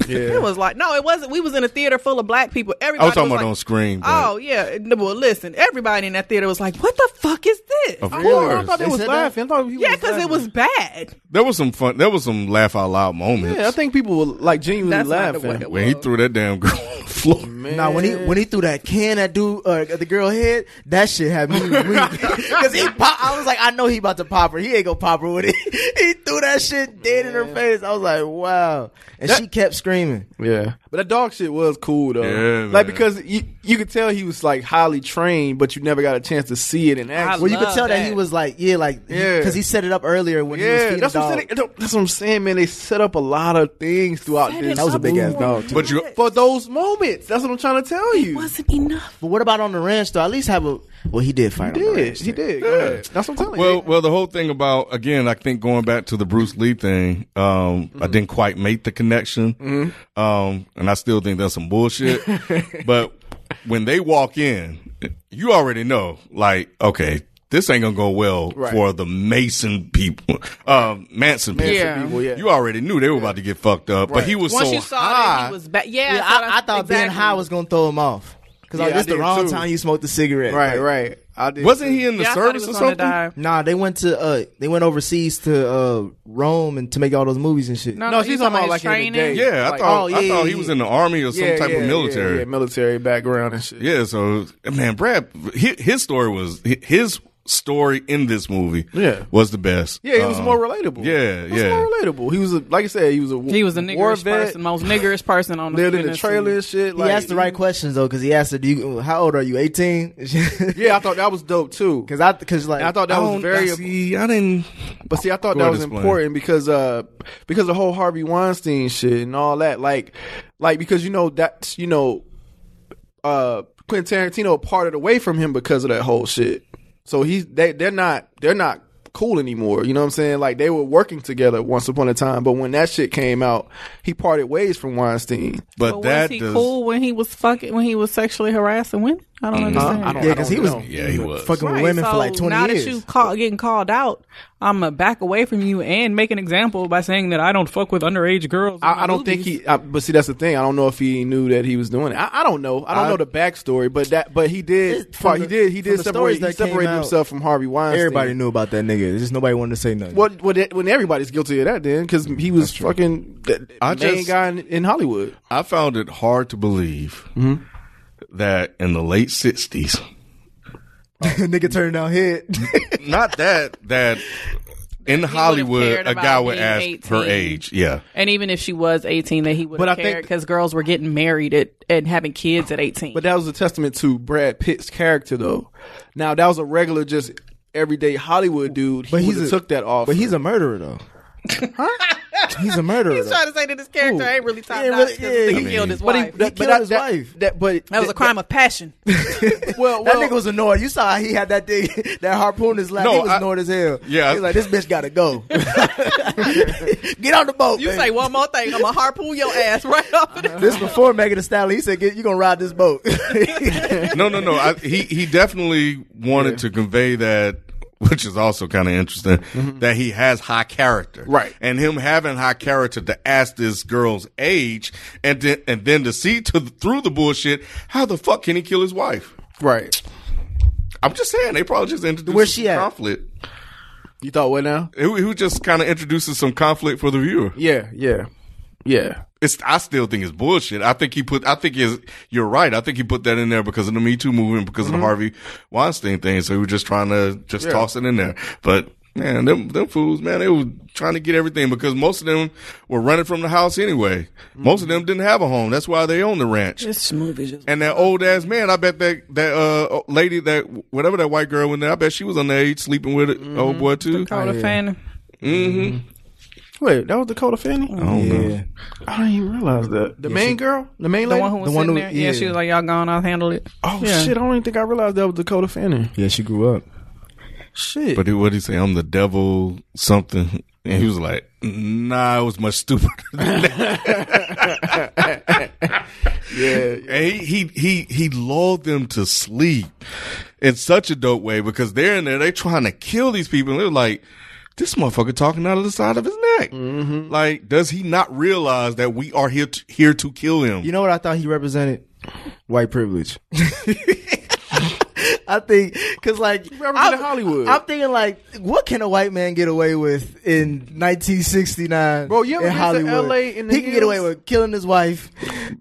yeah.
It was like no, it wasn't. We was in a theater full of black people. Everybody
I was talking
was
about
like,
on screen.
Oh yeah. No, Well, listen, everybody in that theater was like, "What the fuck is this?"
Of
I'm
Really?
like,
I thought
They
they was
said that?
laughing. I thought people
yeah, because it
laughing.
was bad.
There was some fun. There was some laugh out loud moments.
Yeah, I think people were like genuinely
That's not the
laughing.
way it
when he threw that damn girl on the floor.
Now when he when he threw that can at dude uh, at the girl head, that shit had me weak. Cause he pop, I was like, I know he about to pop her. He ain't gonna pop her with it. he threw that shit dead in her face. I was like, wow. And she kept screaming.
Yeah, but that dog shit was cool though.
Yeah, man.
Like because you you could tell he was like highly trained, but you never got a chance to see it in action.
Well, you could
Love
tell that.
that.
he was like, yeah, like,
Yeah.
because he, set it up earlier when he was
yeah,
feeding
that's
the
what,
dog.
I'm saying. that's what I'm saying, man. They set up a lot of things throughout
Set
this.
it That was a up big-ass for dog, too.
But you,
for those moments. That's what I'm trying to tell you.
wasn't enough.
But what about on the ranch though? At least have a. Well, he did fight.
he
on the
did.
ranch,
He
though.
did. Go ahead. That's what I'm telling
well,
you.
well, the whole thing about again, I think going back to the Bruce Lee thing, um,
Mm-hmm.
I didn't quite make the connection, um, and I still think that's some bullshit. but when they walk in, you already know, like, okay. This ain't gonna go well
Right.
for the Mason people, um, Manson people.
Yeah.
people, yeah.
You already knew they were about to get fucked up, but he was
Once
so
you saw that
high.
he was bad. Yeah,
Yeah, I, I thought being
exactly.
high was gonna throw him off. Cause
Yeah,
like,
I
this the
did,
wrong
too.
time you smoked a cigarette.
right,
Like,
right. I did.
Wasn't he in the
Yeah, I thought he
service
was
or
on
something?
the dive.
Nah, they went to uh they went overseas to uh Rome and to make all those movies and shit.
No,
No,
no,
she's
you
talking about like
his
in the day.
training.
Yeah, I
Like,
thought
oh,
I
yeah,
thought
yeah,
he was
yeah.
in the army or some
Yeah,
type
yeah,
of
yeah,
military.
Yeah, military background and shit.
Yeah, so man, Brad, hi- his story was hi- his story in this movie.
Yeah.
was the best.
Yeah, he was
Um,
more relatable.
Yeah,
He was
yeah.
more relatable. He was a, like I said, he was a
He was a
war
niggerish
vet,
person, most niggerish person on the
lived in the
planet.
trailer and shit.
he
like,
asked the right questions though, cause he asked her, "Do you? How old are you? 18?
Yeah, I thought that was dope too.
Cause I, cause like
And I thought that
I
was
don't-
very.
I see, I didn't.
But see, I thought
Go
that
ahead,
was
explain.
important because uh because the whole Harvey Weinstein shit and all that, like like because you know that's you know uh Quentin Tarantino parted away from him because of that whole shit. So he's they they're not they're not cool anymore. You know what I'm saying? Like they were working together once upon a time, but when that shit came out, he parted ways from Weinstein.
But,
But was
that
he
does.
cool when he was fucking when he was sexually harassing women? I
Mm-hmm.
don't understand.
I don't,
yeah,
I
cause
don't
he was
know.
Yeah, he was.
fucking with
Right,
women for
so
like twenty
now
years.
that you call, getting called out, I'm gonna back away from you and make an example by saying that I don't fuck with underage girls. in my
I, I don't think
movies.
he. I, but see, that's the thing. I don't know if he knew that he was doing it. I, I don't know. I don't know the backstory. But that. But he did.
It- from
he
the-
did. He
from
did
the
separate.
stories
He
that came
separated
out,
himself from Harvey Weinstein.
Everybody knew about that nigga. It's Just nobody wanted to say nothing.
Well, well, that- when everybody's guilty of that, then because he was fucking the, the
I
main
just-
guy in, in Hollywood.
I found it hard to believe
Mm-hmm.
that in the late sixties,
nigga turned down head.
not that that in Hollywood
cared
a
about
guy would
being
ask
18.
her age. Yeah,
And even if she was 18, that he would
But I
have
think-
cared because girls were getting married at, and having kids at 18.
But that was a testament to Brad Pitt's character, though. Now that was a regular, just everyday Hollywood dude. He
But he's
would've
a-
took that off.
but he's a murderer though. he's a murderer. though.
to say that his character ain't really top
Yeah, really- yeah,
he
I mean-
killed his
But he,
wife.
that, but
killed
that,
his
that,
wife.
That, but
that was a crime of passion.
Well,
That
well,
nigga was annoyed. You saw how he had that thing, that harpoon in his lap.
No,
he was
I-
annoyed as hell.
Yeah.
he was like, "This bitch gotta go. Get on the boat."
You
baby.
say one more thing, I'm gonna harpoon your ass right off of this.
This before Megan Thee Stallion. He said, Get, "You gonna ride this boat?"
no, no, no. I, he he definitely wanted to convey that which is also kind of interesting,
Mm-hmm.
that he has high character.
Right.
And him having high character to ask this girl's age and then, and then to see to, through the bullshit, how the fuck can he kill his wife?
Right.
I'm just saying, they probably just introduced
Where's she
some
at?
conflict.
You thought what now?
He, he was just kind of introduces some conflict for the viewer.
Yeah, yeah, yeah.
It's I still think it's bullshit. I think he put I think is you're right. I think he put that in there because of the Me Too movement, because
Mm-hmm.
of the Harvey Weinstein thing. So he was just trying to just toss it in there. But man, them them fools, man, they were trying to get everything because most of them were running from the house anyway. Most of them didn't have a home. That's why they own the ranch.
Mm-hmm. This movie just
And that old ass man, I bet that that uh lady that whatever that white girl went there, I bet she was underage sleeping with an old boy too.
Mm-hmm. Dakota Fanning.
Wait, that was Dakota
Mm.
Fanning.
I don't know.
Yeah.
Mm. I didn't even realize that. The main girl, the main
The
lady.
one who was
The one
sitting
who-
there. Yeah. she
yeah.
was like, "Y'all gone, I'll handle it."
oh
Yeah.
shit! I don't even think I realized that was Dakota Fanning.
Yeah, she grew up.
Shit.
But what did he say? I'm the devil something. And he was like, nah, it was much stupider than that. And he, he, he, he lulled them to sleep in such a dope way because they're in there, they trying to kill these people. And they're like, this motherfucker talking out of the side of his neck.
Mm-hmm.
Like, does he not realize that we are here to, here to kill him?
You know what I thought he represented? White privilege. I think because like
represented Hollywood.
I'm thinking like, what can a white man get away with in 1969?
Bro, you ever
in
been to
Hollywood?
LA in the
he can get away
hills?
with killing his wife,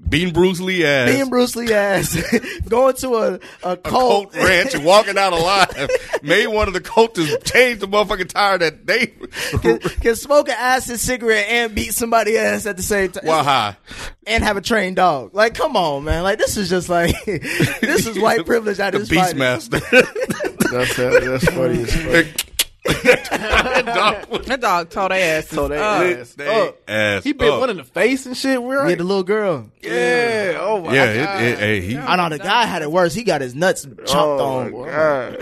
Being Bruce Lee ass.
being Bruce Lee ass, going to a a,
a cult
cult,
ranch and walking out alive. Made one of the cultists change the motherfucking tire that they
can, can smoke an acid cigarette and beat somebody ass at the same time.
were high.
and have a trained dog. Like, come on, man. Like, this is just like this is white privilege. Out
the
of this fight.
Beastmaster.
that's that, that's funny. As fuck.
Dog was
That dog told their ass.
So they,
Uh,
up.
ass
they
up.
ass
He bit
up.
one in the face and shit. Where are
Yeah, the little girl.
Yeah. Oh my
Yeah,
god. Oh
it, it, hey, he,
I know the guy had it worse. He got his nuts chomped on.
my god.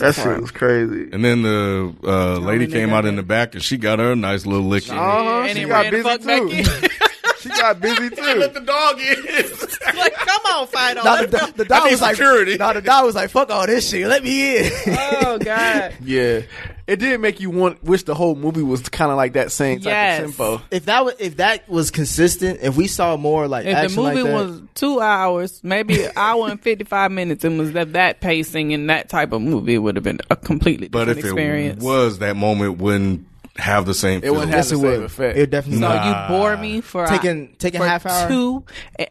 that shit was crazy.
and then the uh, lady came out in the back and she got her a nice little lick.
Uh-huh,
and
she
it
got
ran the
busy
fuck back
too.
in.
she got busy too.
the dog is.
like, come on, Fido.
Nah, the, the, the dog
need
was like,
security.
nah, the dog was like, fuck all this shit. Let me in.
oh God.
Yeah, it did make you want wish the whole movie was kind of like that same type
Yes.
of tempo.
if that was if that was consistent, if we saw more like
If the
action
movie
like that,
was two hours, maybe an hour and fifty five minutes, and was that that pacing and that type of movie, it would have been a completely
But
different
if
experience.
it was that moment, wouldn't have the same.
It
feeling.
wouldn't have the
it
same
would.
effect.
It definitely
so
would.
you bore me for
Taking- taking
for
half hour?
two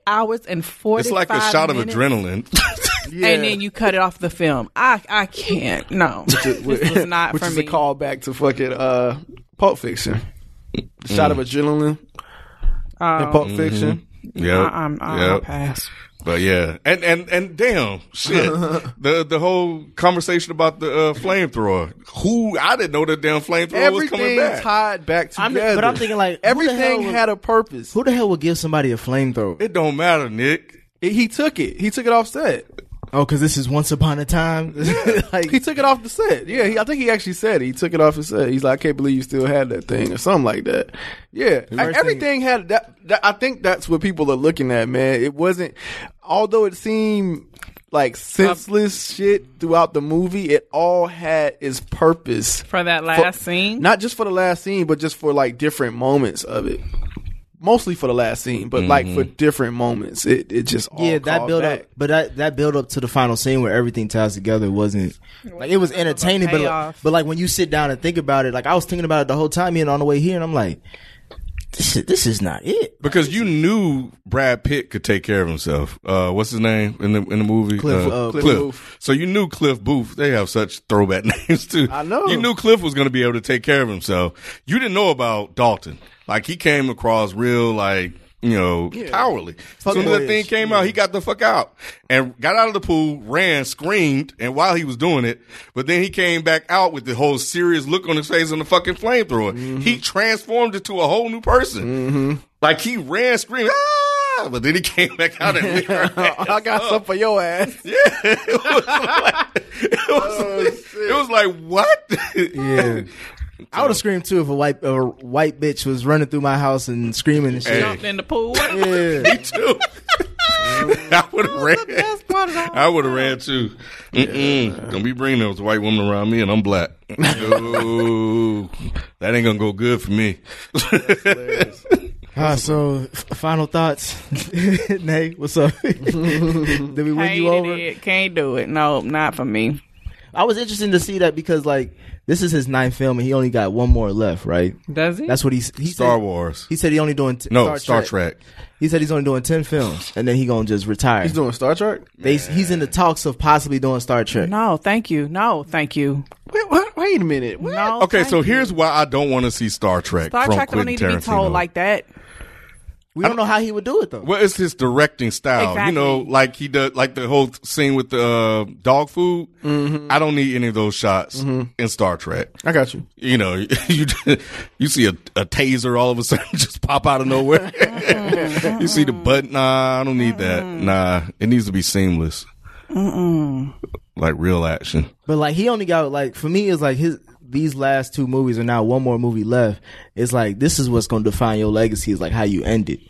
hours and forty.
It's like a shot of
minutes,
adrenaline.
and then you cut it off the film. I I can't. No, this was not
which
for
is
me.
a call back to fucking uh, Pulp Fiction. The Shot of
Mm.
adrenaline in
Um,
Pulp
Mm-hmm.
Fiction.
yeah,
I, am i
yeah.
uh-uh, pass.
But yeah, and and and damn shit, the the whole conversation about the uh, flamethrower. Who I didn't know that damn flamethrower was coming
Everything
back.
tied back
I'm-
together.
but I'm thinking, like, who the hell
everything
was-
had a purpose.
who the hell would give somebody a flamethrower?
it don't matter, Nick.
He took it. He took it off set.
Oh, because this is once upon a time.
He
like,
took it off the set. Yeah, he, I think he actually said it. he took it off the set. He's like, I can't believe you still had that thing or something like that. Yeah, I-
first
everything had that, that. I think that's what people are looking at, man. It wasn't, although it seemed like senseless shit throughout the movie. It all had its purpose,
For that last scene,
not just for the last scene, but just for like different moments of it. Mostly for the last scene, but like for different moments, it it just all
Mm-hmm. yeah, that build
back.
up, but that that build up to the final scene where everything ties together wasn't like it was entertaining, but like,
payoff.
but like when you sit down and think about it, like I was thinking about it the whole time, and on the way here, and I'm like, this is, this is not it.
Because you knew Brad Pitt could take care of himself. Uh, what's his name in the in the movie?
Cliff,
Uh,
uh,
Cliff.
Cliff Booth.
So you knew Cliff Booth. They have such throwback names too.
I know.
You knew Cliff was going to be able to take care of himself. You didn't know about Dalton. Like he came across real like. You know, cowardly. As soon as that
boyish.
thing came out, he got the fuck out and got out of the pool, ran, screamed, and while he was doing it, but then he came back out with the whole serious look on his face and the fucking flamethrower. He transformed into a whole new person. Like he ran screaming, ah! but then he came back out and lit her ass.
I got something for your ass.
Yeah, it was like, it was, it was like what?
Yeah. I would have screamed too if a white a white bitch was running through my house and screaming and shit.
Hey.
jumped in the pool.
Yeah.
Me too. I would have ran.
best part of the whole
I would have ran too. Mm-mm. Don't be bringing those white women around me, and I'm black. Ooh, that ain't gonna go good for me.
Ah, so f- final thoughts. Nay, what's up? Did we win
Hated
you over?
it. Can't do it. No, not for me.
I was interested to see that because like this is his ninth film and he only got one more left, right?
Does he?
That's what he's he
Star
said,
Wars.
He said he only doing t-
No, Star, Trek.
He said he's only doing ten films and then he gonna just retire.
He's doing Star Trek.
They, he's in the talks of possibly doing Star Trek.
no, thank you. No, thank you.
Wait, what? wait a minute. What?
No.
Okay,
thank
so
you.
here's why I don't want to see Star Trek
Oh, Star
from
Trek don't
Quentin
need to be
Tarantino.
told like that.
We don't know how he would do it though.
Well, it's his directing style. You
Exactly.
know, like he does, like the whole scene with the uh, dog food. I don't need any of those shots in Star Trek.
I got you.
You know, you you see a, a taser all of a sudden just pop out of nowhere. you see the button. Nah, I don't need that. Nah, it needs to be seamless, like real action.
But like he only got like for me it's like his these last two movies are now one more movie left. It's like this is what's gonna define your legacy is like how you end it.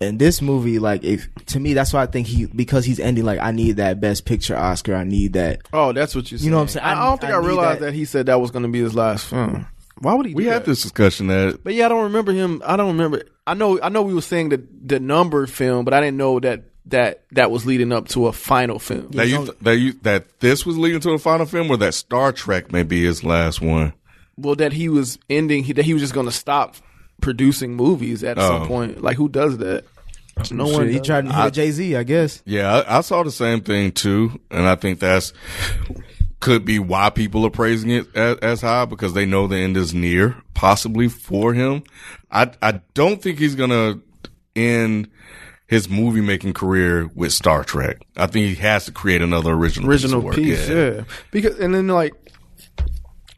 And this movie, like if to me, that's why I think he because he's ending like I need that best picture Oscar. I need that.
Oh, that's what you.
You know what I'm saying?
I,
I-
I don't think
I
I,
need
realized
that.
that. he said that was going to be his last film. Why would he?
We
do
had
that?
this discussion that
But yeah, I don't remember him. I don't remember. I know. I know we were saying the the numbered film, but I didn't know that that that was leading up to a final film.
that you that you that this was leading to the final film, or that Star Trek may be his last one.
well, that he was ending. That he was just going to stop producing movies at
Oh.
some point. Like who does that? No
Shit,
one.
he
does.
tried to hit Jay Z, I guess.
Yeah, I, I saw the same thing too, and I think that's could be why people are praising it as, as high because they know the end is near, possibly for him. I I don't think he's gonna end his movie making career with Star Trek. I think he has to create another original
original
piece, of work.
piece, yeah. Because and then like,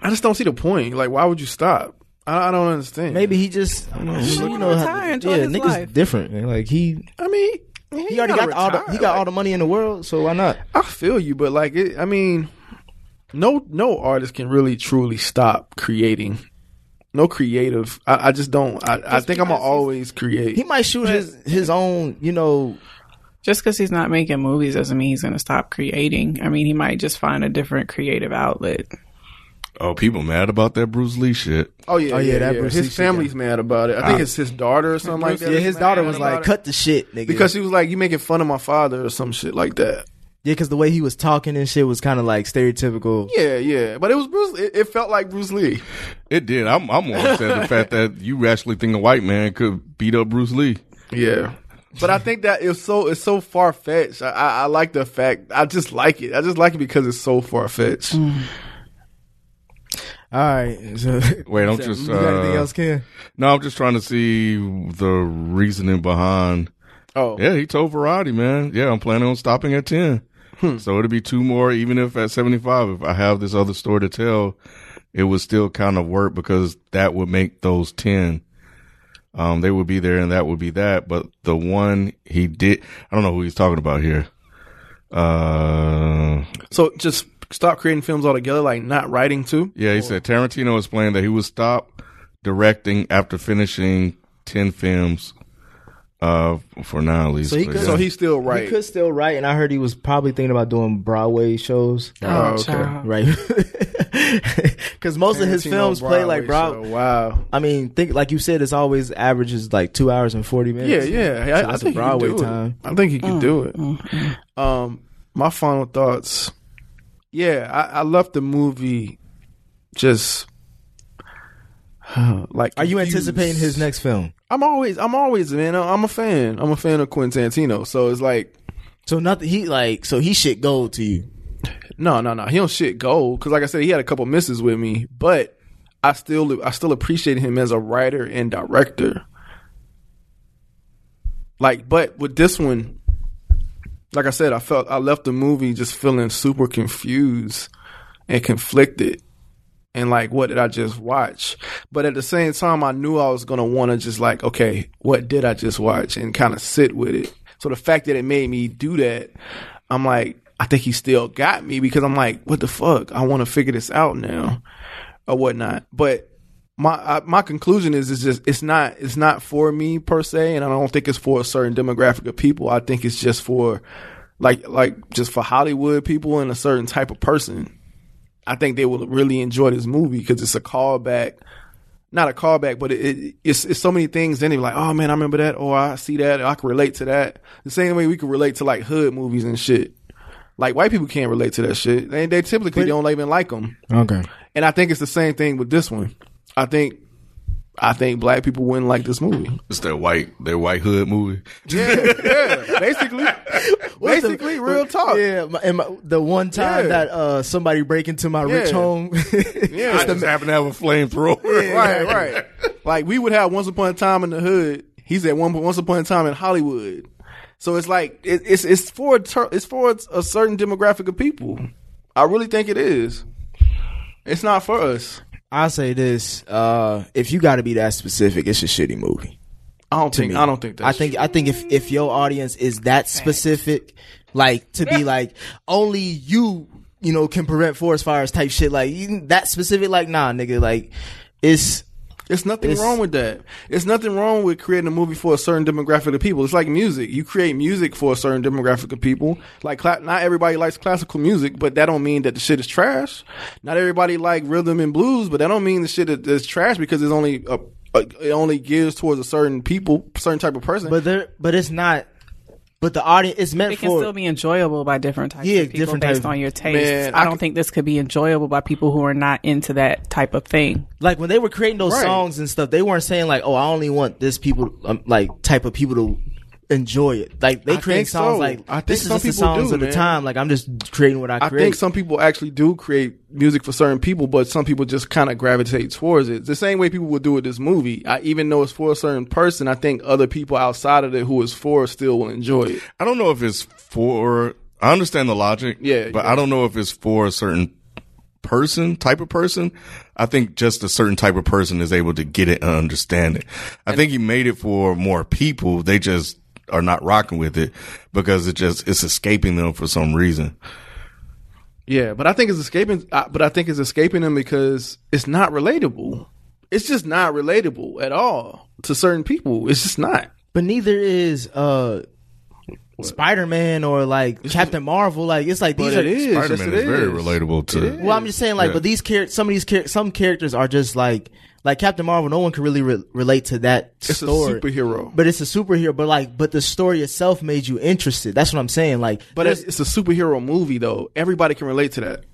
I just don't see the point. Like, why would you stop? I, I don't understand.
Maybe he just you know how-
retire, enjoy
yeah,
his
niggas
life.
different. man. Like he
I mean, he,
he already
gotta
got all the,
retire.
he got
Like,
all the money in the world, so why not?
I feel you, but like, it, I mean, no, no artist can really truly stop creating. No creative. I, I just don't. I, I think I'm gonna always create.
He might shoot his his own you know
Just because he's not making movies doesn't mean he's going to stop creating. I mean, he might just find a different creative outlet.
Oh, people mad about that Bruce Lee shit.
oh yeah,
Oh, yeah,
yeah.
that
yeah.
Bruce Lee
His
shit,
family's mad about it. I think it's his daughter or something like that.
yeah.
is
His
mad
daughter was
about
like,
it.
cut the shit, nigga.
because she was like, you making fun of my father or some shit like that.
Yeah, because the way he was talking and shit was kind of like stereotypical.
Yeah, yeah. But it was Bruce. It, it felt like Bruce Lee.
It did. I'm I'm more upset at the fact that you actually think a white man could beat up Bruce Lee.
Yeah. But I think that it's so it's so far fetched. I, I, I like the fact. I just like it. I just like it because it's so far fetched.
Mm. All right, so
Wait, I'm just
you got anything
uh,
else, Ken?
No, I'm just trying to see the reasoning behind.
Oh,
Yeah, he told Variety, man. Yeah, I'm planning on stopping at 10. So it'll be two more, even if at 75, if I have this other story to tell, it would still kind of work because that would make those 10. Um, they would be there and that would be that. But the one he did, I don't know who he's talking about here. Uh,
So just stop creating films altogether, like not writing too.
Yeah, he said Tarantino explained that he would stop directing after finishing ten films. Uh, for now at least.
So he
but
could-
yeah.
So he's still
He
right.
could still write, and I heard he was probably thinking about doing Broadway shows,
Oh, okay.
child.
right? Because most of his
Tarantino
films play like
Broadway
Broadway.
show. Wow.
I mean, think like you said, it's always averages like two hours and forty
Yeah,
minutes.
yeah.
So
I, I
that's
think
a Broadway
he could do
time. Mm,
It. I think he could do it. Um, my final thoughts. Yeah, I, I left the movie just like.
Are you
confused.
anticipating his next film?
I'm always, I'm always, man. I'm a fan. I'm a fan of Quentin Tarantino. So it's like,
So nothing. He like so he shit gold to you.
no, no, no. He don't shit gold because, like I said, he had a couple misses with me, but I still, I still appreciate him as a writer and director. Like, but with this one, like I said, I felt I left the movie just feeling super confused and conflicted. And like, what did I just watch? But at the same time, I knew I was gonna want to just like, okay, what did I just watch? And kind of sit with it. So the fact that it made me do that, I'm like, I think he still got me because I'm like, what the fuck? I want to figure this out now, or whatnot. But my I, my conclusion is it's just it's not it's not for me per se, and I don't think it's for a certain demographic of people. I think it's just for like like just for Hollywood people and a certain type of person. I think they will really enjoy this movie because it's a callback, not a callback, but it, it, it's it's so many things. Then they're like, oh man, I remember that, or I see that, or I can relate to that. The same way we can relate to like hood movies and shit. Like white people can't relate to that shit. They they typically don't even like them.
Okay.
And I think it's the same thing with this one. I think I think black people wouldn't like this movie.
It's that white, that white hood movie.
Basically, basically, real talk.
Yeah, my, and my, the one time
Yeah.
that uh, somebody break into my rich
Yeah.
home.
Yeah,
I just happen to have a flamethrower.
right, right. Like we would have once upon a time in the hood. He's at one once upon a time in Hollywood. So it's like it, it's it's for a ter- it's for a, a certain demographic of people. I really think it is. It's not for us.
I'll say this: uh, if you got to be that specific, it's a shitty movie.
I don't think.
me.
I don't think that's
I think I think if if your audience is that specific, like to be like only you, you know, can prevent forest fires type shit. Like you, that specific, like nah, nigga, like it's
It's nothing
It's-
wrong with that. It's nothing wrong with creating a movie for a certain demographic of people. It's like music. You create music for a certain demographic of people. Like cla- not everybody likes classical music, but that don't mean that the shit is trash. Not everybody like rhythm and blues, but that don't mean the shit is, is trash because it's only a, a- it only gives towards a certain people, certain type of person.
but there, but it's not. But the audience it's meant
It can
for
still be enjoyable by different types
Yeah,
of people
different
based
type-
on your taste.
Man, I
I don't
could-
think this could be enjoyable by people who are not into that type of thing.
like when they were creating those
Right.
songs and stuff. They weren't saying like, oh, I only want this people um, like type of people to enjoy it. Like they
I
create
think
songs
so.
like
I think
this is
some
just the
people
songs
do,
of the
man.
time. Like I'm just creating what I,
I
create.
think some people actually do create music for certain people, but some people just kind of gravitate towards it. The same way people would do with this movie. I, even though it's for a certain person, I think other people outside of it who is for it still will enjoy it.
I don't know if it's for. I understand the logic.
Yeah,
But
yeah.
I don't know if it's for a certain person, type of person. I think just a certain type of person is able to get it and understand it. I think he made it for more people. They just are not rocking with it because it just it's escaping them for some reason.
Yeah, but I think it's escaping. I, but I think it's escaping them because it's not relatable. It's just not relatable at all to certain people. It's just not.
But neither is uh Spider Man or like Captain Marvel. Like it's like these
But it
are.
is.
Spider
Yes,
Man
it
is very
is.
relatable to.
Well, I'm just saying like,
Yeah.
but these characters, some of these char- some characters are just like like Captain Marvel. No one can really re- relate to that
It's a
story.
superhero.
But it's a superhero. But like, but the story itself made you interested. That's what I'm saying. Like,
But it's, it's a superhero movie, though. Everybody can relate to that.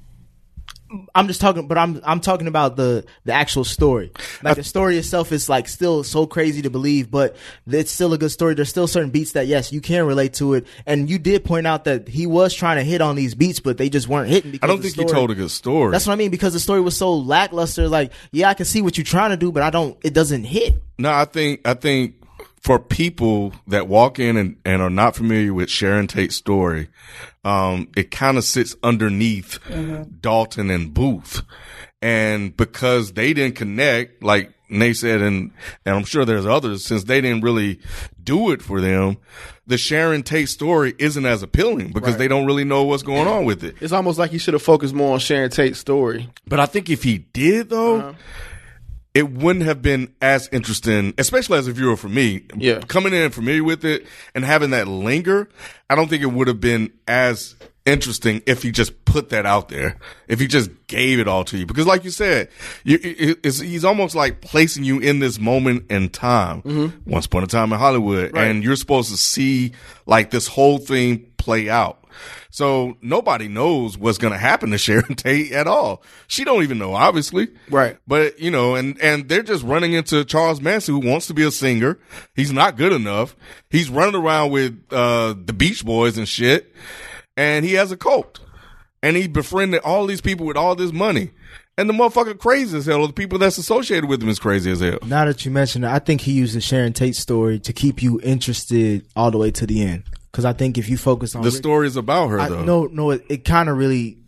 I'm just talking, but I'm I'm talking about the the actual story. Like the story itself is like still so crazy to believe, but it's still a good story. There's still certain beats that yes, you can relate to it. And you did point out that he was trying to hit on these beats, but they just weren't hitting. Because
I don't
the
think he
story-
told a good story.
That's what I mean because the story was so lackluster. Like yeah, I can see what you're trying to do, but I don't. It doesn't hit.
No, I think I think for people that walk in and, and are not familiar with Sharon Tate's story, um, it kind of sits underneath Dalton and Booth, and because they didn't connect, like Nate said, and and I'm sure there's others since they didn't really do it for them. The Sharon Tate story isn't as appealing because they don't really know what's going on with it.
It's almost like you should have focused more on Sharon Tate's story.
But I think if he did though, it wouldn't have been as interesting, especially as a viewer for me.
Yeah.
Coming in familiar with it and having that linger, I don't think it would have been as interesting if he just put that out there. If he just gave it all to you. Because like you said, you, it- it's, he's almost like placing you in this moment in time. Once upon a time in Hollywood. And you're supposed to see like this whole thing play out. So nobody knows what's going to happen to Sharon Tate at all. She don't even know, obviously.
Right.
But you know, and and they're just running into Charles Manson, who wants to be a singer. He's not good enough. He's running around with uh, the Beach Boys and shit, and he has a cult, and he befriended all these people with all this money, and the motherfucker crazy as hell. The people that's associated with him is crazy as hell.
Now that you mention it, I think he used the Sharon Tate story to keep you interested all the way to the end. Because I think if you focus on
The story's about her,
I,
though.
no, no, it, it kind of really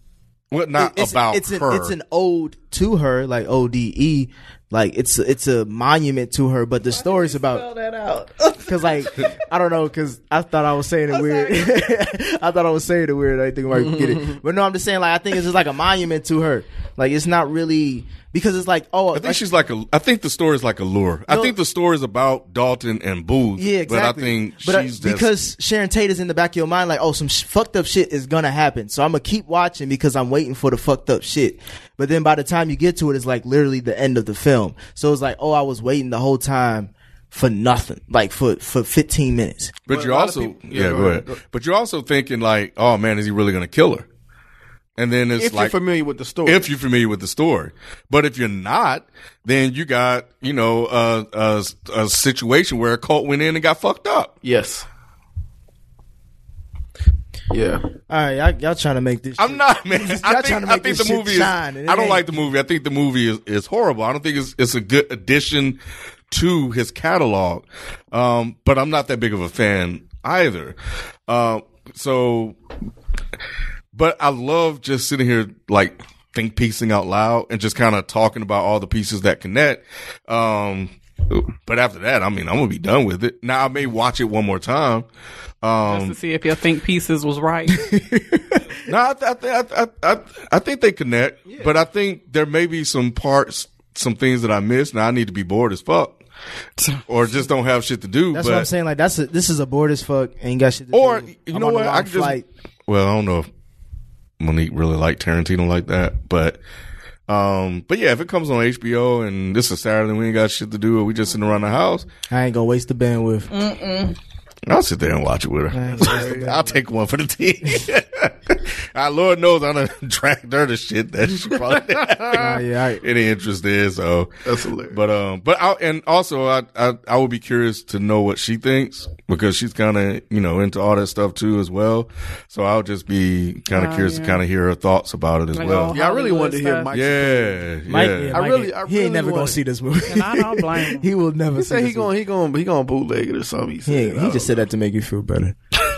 well, not
it's,
about
it's an,
her.
It's an ode to her, like O D E, like it's it's a monument to her. But the story's about
that out.
because like I don't know, because I thought I was saying it weird. I thought I was saying it weird. I think I might get it, but no, I'm just saying like I think it's just like a monument to her. Like it's not really because it's like oh,
I think she's like a. I think the story is like a lure. I
No.
think the story is about Dalton and Booth.
Yeah, exactly.
But I think
But, uh,
she's just,
because Sharon Tate is in the back of your mind, like, oh, some sh- fucked up shit is gonna happen, so I'm gonna keep watching because I'm waiting for the fucked up shit. But then by the time you get to it, it's like literally the end of the film. So it's like, oh, I was waiting the whole time for nothing, like for for 15 minutes.
But,
But a
you're
lot of
also
people-
yeah,
yeah,
go,
go
ahead.
ahead.
But you're also thinking like, oh man, is he really going to kill her? And then it's
if
like,
you're familiar with the story.
if you're familiar with the story, but if you're not, then you got you know uh, uh, a situation where a cult went in and got fucked up.
yes. Yeah.
All right, y'all, y'all trying to make this?
I'm
shit-
not, man.
Y'all
I
trying
think,
to
I
make
think the
this shit
movie is. I
shine, and it
don't
ain't.
like the movie. I think the movie is, is horrible. I don't think it's it's a good addition to his catalog. Um, but I'm not that big of a fan either. Uh, so, but I love just sitting here like think piecing out loud and just kind of talking about all the pieces that connect. Um, but after that, I mean, I'm gonna be done with it. Now I may watch it one more time. Um,
Just to see if your think pieces was right.
no, I, th- I, th- I, th- I, th- I think they connect, but I think there may be some parts, some things that I missed. Now I need to be bored as fuck, or just don't have shit to do.
That's
but,
what I'm saying. Like, that's a, this is a board as fuck. Ain't got shit. To
Or
do.
you
I'm
know
on the
what? I
wrong
could
flight.
just well, I don't know if Monique really liked Tarantino like that, but. Um, but yeah, if it comes on HBO and this is Saturday and we ain't got shit to do, or we just sitting around the house,
I ain't gonna waste the bandwidth.
Mm. I'll sit there and watch it with her. I'll take one for the team. Ah, Lord knows I done dragged her to shit that she probably
Nah, yeah, I,
any interest in. So
That's hilarious.
But um, but I and also I I, I would be curious to know what she thinks because she's kind of you know into all that stuff too as well. So I'll just be kind of curious to kind of hear her thoughts about it as
Like,
well.
oh,
Yeah,
Yeah, I really wanted to hear
Hollywood
Mike.
yeah,
Mike,
yeah.
yeah,
I
Mike
really-
ain't- he
I
ain't
really
never gonna
wanna-
see this movie.
And I don't blame him.
he will never
He
see
said he
this movie.
going he going he going bootleg it or something. He, said,
He,
I
he
don't
just said that to make you feel better.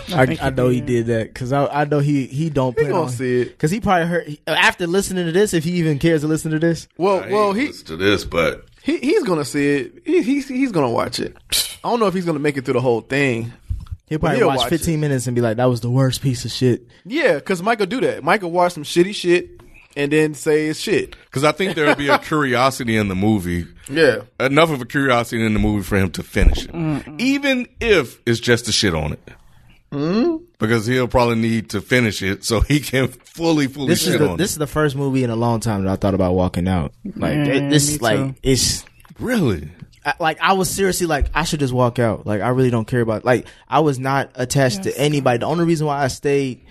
I, I know he did that because I, I know he he don't. He
gonna see it.
because he probably heard he- after listening to this. If he even cares to listen to this,
know. well well he
to this, but
He he's gonna see it. He, he's he's gonna watch it. I don't know if he's gonna make it through the whole thing.
he'll probably
he'll
watch,
watch
15 minutes and be like, "That was the worst piece of shit."
Yeah, because Michael do that. Michael watch some shitty shit and then say it's shit.
because I think there'll be a curiosity in the movie.
Yeah,
Enough of a curiosity in the movie for him to finish it, even if it's just a shit on it.
Hmm?
Because he'll probably need to finish it so he can fully, fully
This
shit
is the,
on
this
it.
is the first movie in a long time that I thought about walking out. Like it- this,
me
is like
too.
it's
Really?
I, like I was seriously like I should just walk out. Like I really don't care about. Like I was not attached to anybody. The only reason why I stayed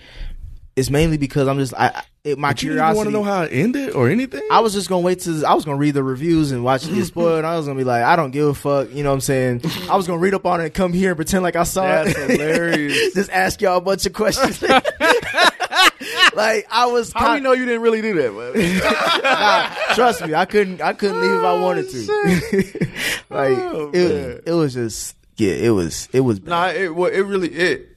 is mainly because I'm just I. I- It, my
But you didn't
curiosity.
want to know how it ended or anything?
I was just gonna wait till I was gonna read the reviews and watch it
Mm-hmm.
get spoiled. and I was gonna be like, I don't give a fuck. You know what I'm saying? I was gonna read up on it and come here and pretend like I saw
that's
it.
hilarious.
just ask y'all a bunch of questions. like I was.
How do
kin-
we know you didn't really do that? man?
Nah, trust me, I couldn't. I couldn't leave
Oh,
if I wanted to. like it, it was just. Yeah, it was. It was. Bad.
nah, it well, it really it.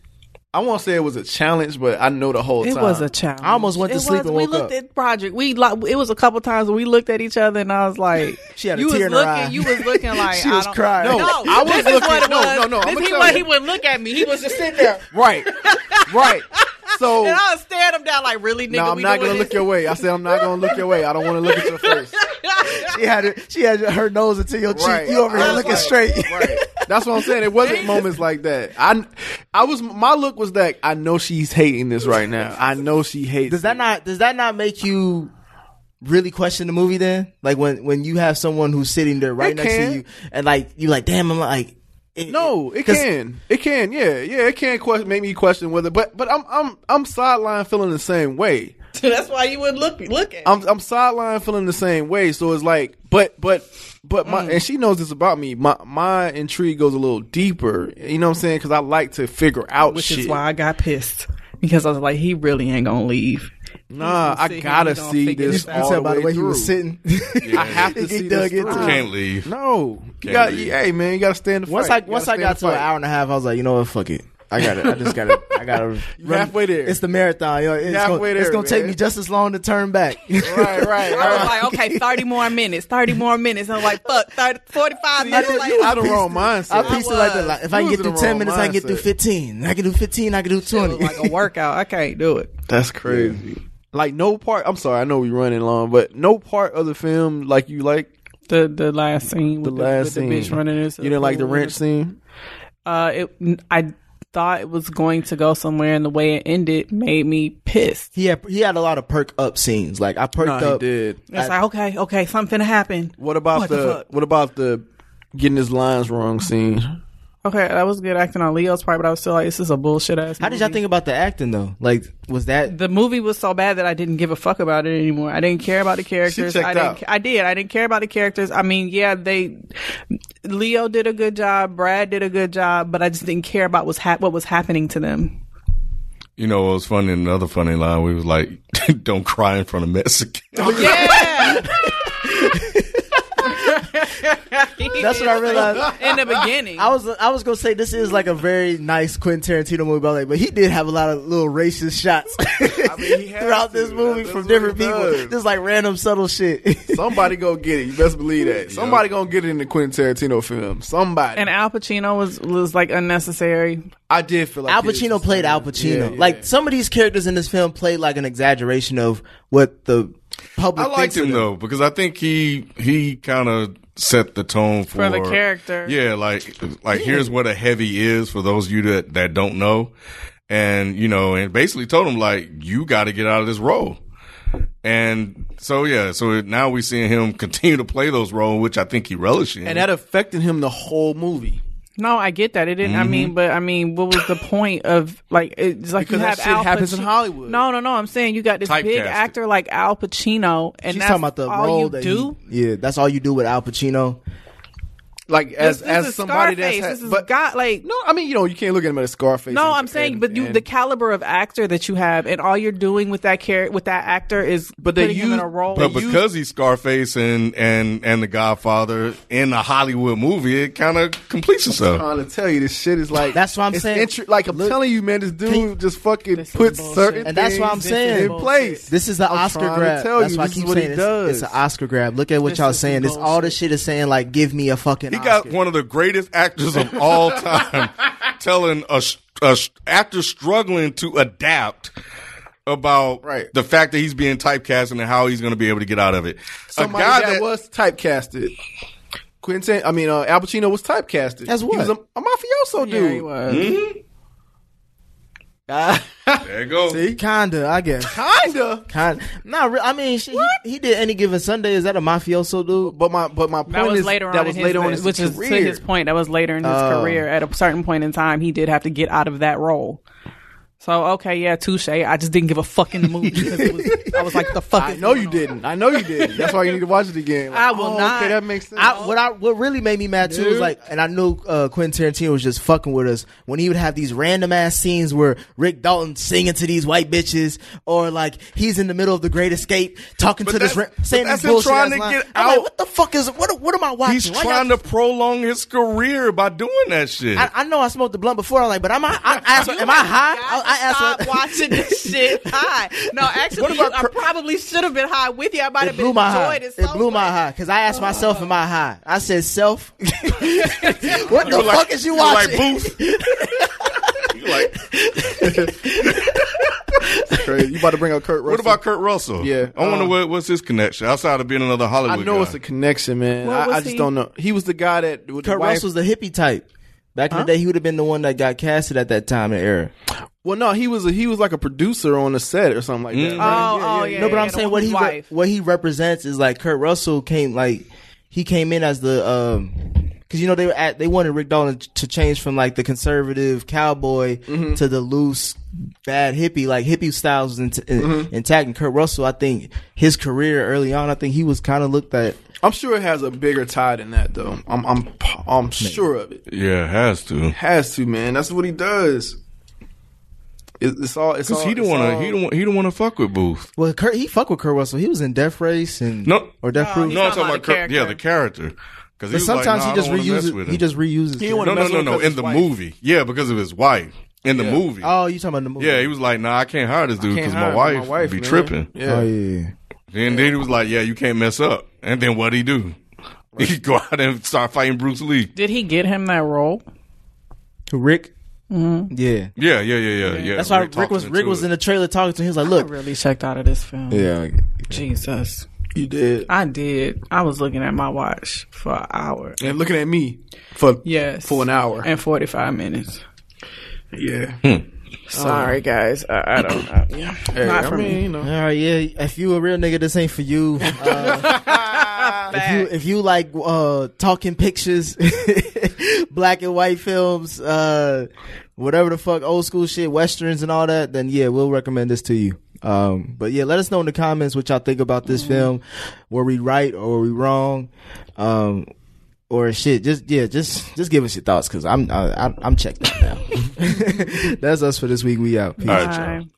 I won't say it was a challenge, but I know the whole
It
time
was a challenge.
I almost went to
It
sleep
was.
and
we
woke
looked
up.
at project. We like it was a couple times we looked at each other and I was like,
She had a
you
tear in
was
her
looking,
eye.
you was looking like
She
I
was
don't-
crying.
No,
No, I was
this is
looking-
what it
no,
was.
no, no, I'ma
This, he,
tell
wa-
you.
he wouldn't look at me. He was just sitting there,
right, right. So
and I was staring him down like, really, nigga.
no, I'm
we
not
doing
gonna look
this?
your way. I said I'm not gonna look your way. I don't want to look at your face.
She had. It, she had her nose into your cheek.
Right.
You over
I
here
was
looking
like-
straight.
Right. That's what I'm saying. It wasn't moments like that. I, I was my look was that I know she's hating this right now. I know she hates.
Does that
it.
not does that not make you really question the movie then? Like when when you have someone who's sitting there right
It
next
can.
to you and like you like damn I'm like it-
No, it
'cause
can. It can. Yeah, yeah. It can question, make me question whether. But but I'm I'm I'm sideline feeling the same way.
That's why you wouldn't look look at.
I'm I'm sideline feeling the same way. So it's like, but but but
Mm.
my and she knows this about me. My my intrigue goes a little deeper. You know what I'm saying? Because I like to figure out
which
shit.
is why I got pissed because I was like, he really ain't gonna leave.
nah,
gonna sit
I
here,
gotta
he gonna
see
figure
this
this out.
all
You
the
tell by the way
through.
he was sitting.
I have to
He
see
dug
this
into
through.
it.
Can't leave.
No, you
Can't
got.
leave.
Hey man, you got to stay in the
once
fight.
I
You
once
gotta
I
stay in
got
the
to an
fight.
hour and a half, I was like, you know what, fuck it. I got it. I just got it. I got to
halfway there.
It's the marathon. Yo. It's
Halfway
gonna,
there,
It's gonna take
man.
me just as long to turn back.
right, right.
I was like, okay, 30 more minutes, 30 more minutes. I'm like, fuck, 30, 45 minutes.
you,
like,
you was in the wrong
I
mindset.
pieced it like that. Like, if I can
You
get
was in
through
the
ten
wrong
minutes, I can get through
mindset.
fifteen. I can do fifteen. I can do
it was
twenty.
like a workout. I can't do it.
That's crazy. Like no part. I'm sorry. I know we running long, but no part of the film like you like
The the last scene
the
with the,
last
with
scene.
the bitch running into
You didn't like the
pool.
wrench scene.
Uh, it I thought it was going to go somewhere, and the way it ended made me pissed.
he had he had a lot of perk up scenes. Like I perked
No, he
up.
did.
It's like okay, okay, something happened.
What about
What
the,
the fuck?
What about the getting his lines wrong scene?
Okay, that was good acting on Leo's part, but I was still like, this is a bullshit ass.
How did y'all think about the acting though? Like was that
the movie was so bad that I didn't give a fuck about it anymore. I didn't care about the characters.
checked
I didn't,
out.
I did. I didn't care about the characters. I mean, yeah, they Leo did a good job, Brad did a good job, but I just didn't care about what's hap- what was happening to them.
You know, it was funny. Another funny line. We was like, "Don't cry in front of Mexicans."
Yeah.
That's what I realized.
in the beginning.
I was I was gonna say this is like a very nice Quentin Tarantino movie, but, like, but he did have a lot of little racist shots
he has
throughout this
to.
movie
That's
from
what
different
he
people,
does.
just like random subtle shit.
Somebody go get it. You best believe that. Somebody gonna get it in the Quentin Tarantino film. Somebody.
and Al Pacino was was like unnecessary.
I did feel like
Al
it was
Pacino
just-
played Al Pacino.
Yeah, yeah.
Like some of these characters in this film played like an exaggeration of what the
I
public.
liked
thinks of
him
them.
though because I think he he kind of set the tone for,
For the character.
Yeah, like like here's what a heavy is for those of you that that don't know, and you know, and basically told him like you got to get out of this role. And so yeah, so now we seeing him continue to play those roles, which I think he relishes.
and that affected him the whole movie.
No, I get that. It didn't. I
Mm-hmm.
mean, but I mean, what was the point of like? It's like
Because
you
that
have
shit
Al
happens in
Paci-
Hollywood.
No, no, no. I'm saying you got this big
Typecasted.
actor like Al Pacino, and
She's
that's
talking about the
all
role
you
that
do.
He, yeah, that's all you do with Al Pacino.
Like as
this
as
is
somebody
Scarface.
that's
This is
but
God- like-
no, I mean you know you can't look at him as Scarface.
No,
and-
I'm saying,
and-
but you,
and-
the caliber of actor that you have, and all you're doing with that character, with that actor, is
But they
putting him in
use-
a role.
But because he's Scarface and and and the Godfather in a Hollywood movie, it kind of completes itself.
trying to tell you this shit is like
That's what I'm
it's
saying.
intri- like I'm
Look-
telling you, man, this dude
Can you-
just fucking
This is
puts
bullshit.
certain
And that's what I'm
things
saying.
in place.
This is the
I'm
Oscar
trying to
grab.
tell
that's
you,
why I
this
keep
is what he
saying it's,
does.
it's an Oscar grab. Look at what
This
y'all
is
saying. This all the
bullshit.
shit is saying like, give me a fucking.
He got
Oscar.
one of the greatest actors of all time telling a, s- a s- actor struggling to adapt about
Right.
the fact that he's being typecast and how he's going to be able to get out of it.
Somebody that, was typecasted. Quentin, I mean, uh, Al Pacino was typecasted.
As
He was a,
what?
a mafioso
Yeah, he
dude.
was.
there you go.
Kinda, I guess.
Kinda.
Kinda. Nah, re- I mean, shit, he, he did any given Sunday. Is that a mafioso dude?
But my but my point
That was
is
later on.
that
in
was
his-
later on, in his
which
career.
is to his point. That was later in his
Oh.
career. At a certain point in time, he did have to get out of that role. So okay, yeah, touche. I just didn't give a fuck in the movie because it was, I was like, the fuck.
I
is
know
going
you
on?
didn't. I know you didn't. That's why you need to watch it again. Like,
I will
oh,
not.
Okay, that makes sense.
I, what I what really made me mad too was like, and I knew uh, Quentin Tarantino was just fucking with us when he would have these random ass scenes where Rick Dalton singing to these white bitches, or like he's in the middle of the Great Escape talking
But
to this ra-
that's- but
saying
that's
this
him
bullshit.
trying to
ass line.
get
I'm like,
out.
what the fuck is what? What am I watching?
He's
Why
trying
y'all-
to prolong his career by doing that shit.
I, I know I smoked the blunt before. I'm like, but am I? I, I asked, her, am I high?
oh,
I, I asked. her-
Stop watching this shit high. No, actually, you, I probably should have been high with you. I might have
It
been
blew my high.
enjoyed
It
it. So
blew my
much.
high because I asked myself, "Am I high?" I said, "Self." what the fuck is you
You're like
watching?
Booth. You're like,
Crazy. You about to bring up Kurt Russell?
what about Kurt Russell?
Yeah,
I wonder
uh,
what, what's his connection outside of being another
I
Hollywood.
know
guy.
it's a connection, man.
What
I,
was
I just
he?
don't know. He was the guy that with the
Kurt
wife.
Russell's the hippie type. Back in the day, he would have been the one that got casted at that time and era.
well, no, he was a, he was like a producer on a set or something like that.
Mm.
Oh, oh, yeah.
No, but
yeah,
I'm
the
saying
one
what
with
he
his
re-
wife.
what he represents is like Kurt Russell came like he came in as the um because you know they were at, they wanted Rick Dalton to change from like the conservative cowboy
Mm-hmm.
to the loose bad hippie like hippie styles was int- in-
Mm-hmm.
intact and Kurt Russell I think his career early on I think he was kind of looked at
I'm sure it has a bigger tie than that, though. I'm I'm I'm sure of it.
yeah, it has to.
Has to, man. That's what he does. It's, it's all. It's
Because
all-
he don't
it's
want to.
all-
He don't. He don't want to fuck with Booth.
well Kurt he fucked with Kurt Russell he was in Death Race and
No.
or Death Proof
No, I'm talking
talking
about
about
Kurt.
the
Yeah, the character. Because
but sometimes he just reuses he just reuses
didn't
No,
wanna
no,
mess
no,
with him
no.
'cause
In
his
the
wife.
movie, yeah, because of his wife. in the movie.
Oh, you talking about the movie?
yeah, he was like, "Nah, I can't hire this dude because
Can't
my
hire
wife, be
man.
tripping."
Yeah.
Oh yeah.
And then he was like, "Yeah, you can't mess up." And then what would he do? He go out and start fighting Bruce Lee.
Did he get him that role?
Rick. Yeah.
Yeah, yeah, yeah, yeah, yeah.
That's why
Rick
Rick,
talked
was
him
Rick
into
was
it.
in the trailer talking to him. He was like,
I
"Look,
really checked out of this film.
yeah,
Jesus.
You did.
I did. I was looking at my watch for an hour.
And looking at me for
Yes.
for an hour.
And 45 minutes.
yeah.
Sorry, guys. I, I don't know. Yeah.
Hey,
Not
I
for
mean,
me.
you know.
all right, yeah. If you a real nigga, this ain't for you. Uh, if you if you like uh, talking pictures, black and white films, uh, whatever the fuck, old school shit, westerns and all that, then yeah, we'll recommend this to you. Um, but yeah, let us know in the comments what y'all think about this film. Were we right or were we wrong? Um, or shit, just yeah, just just give us your thoughts because I'm I, I, I'm checked out now. That's us for this week. We out. Peace.
All right, y'all.
Bye.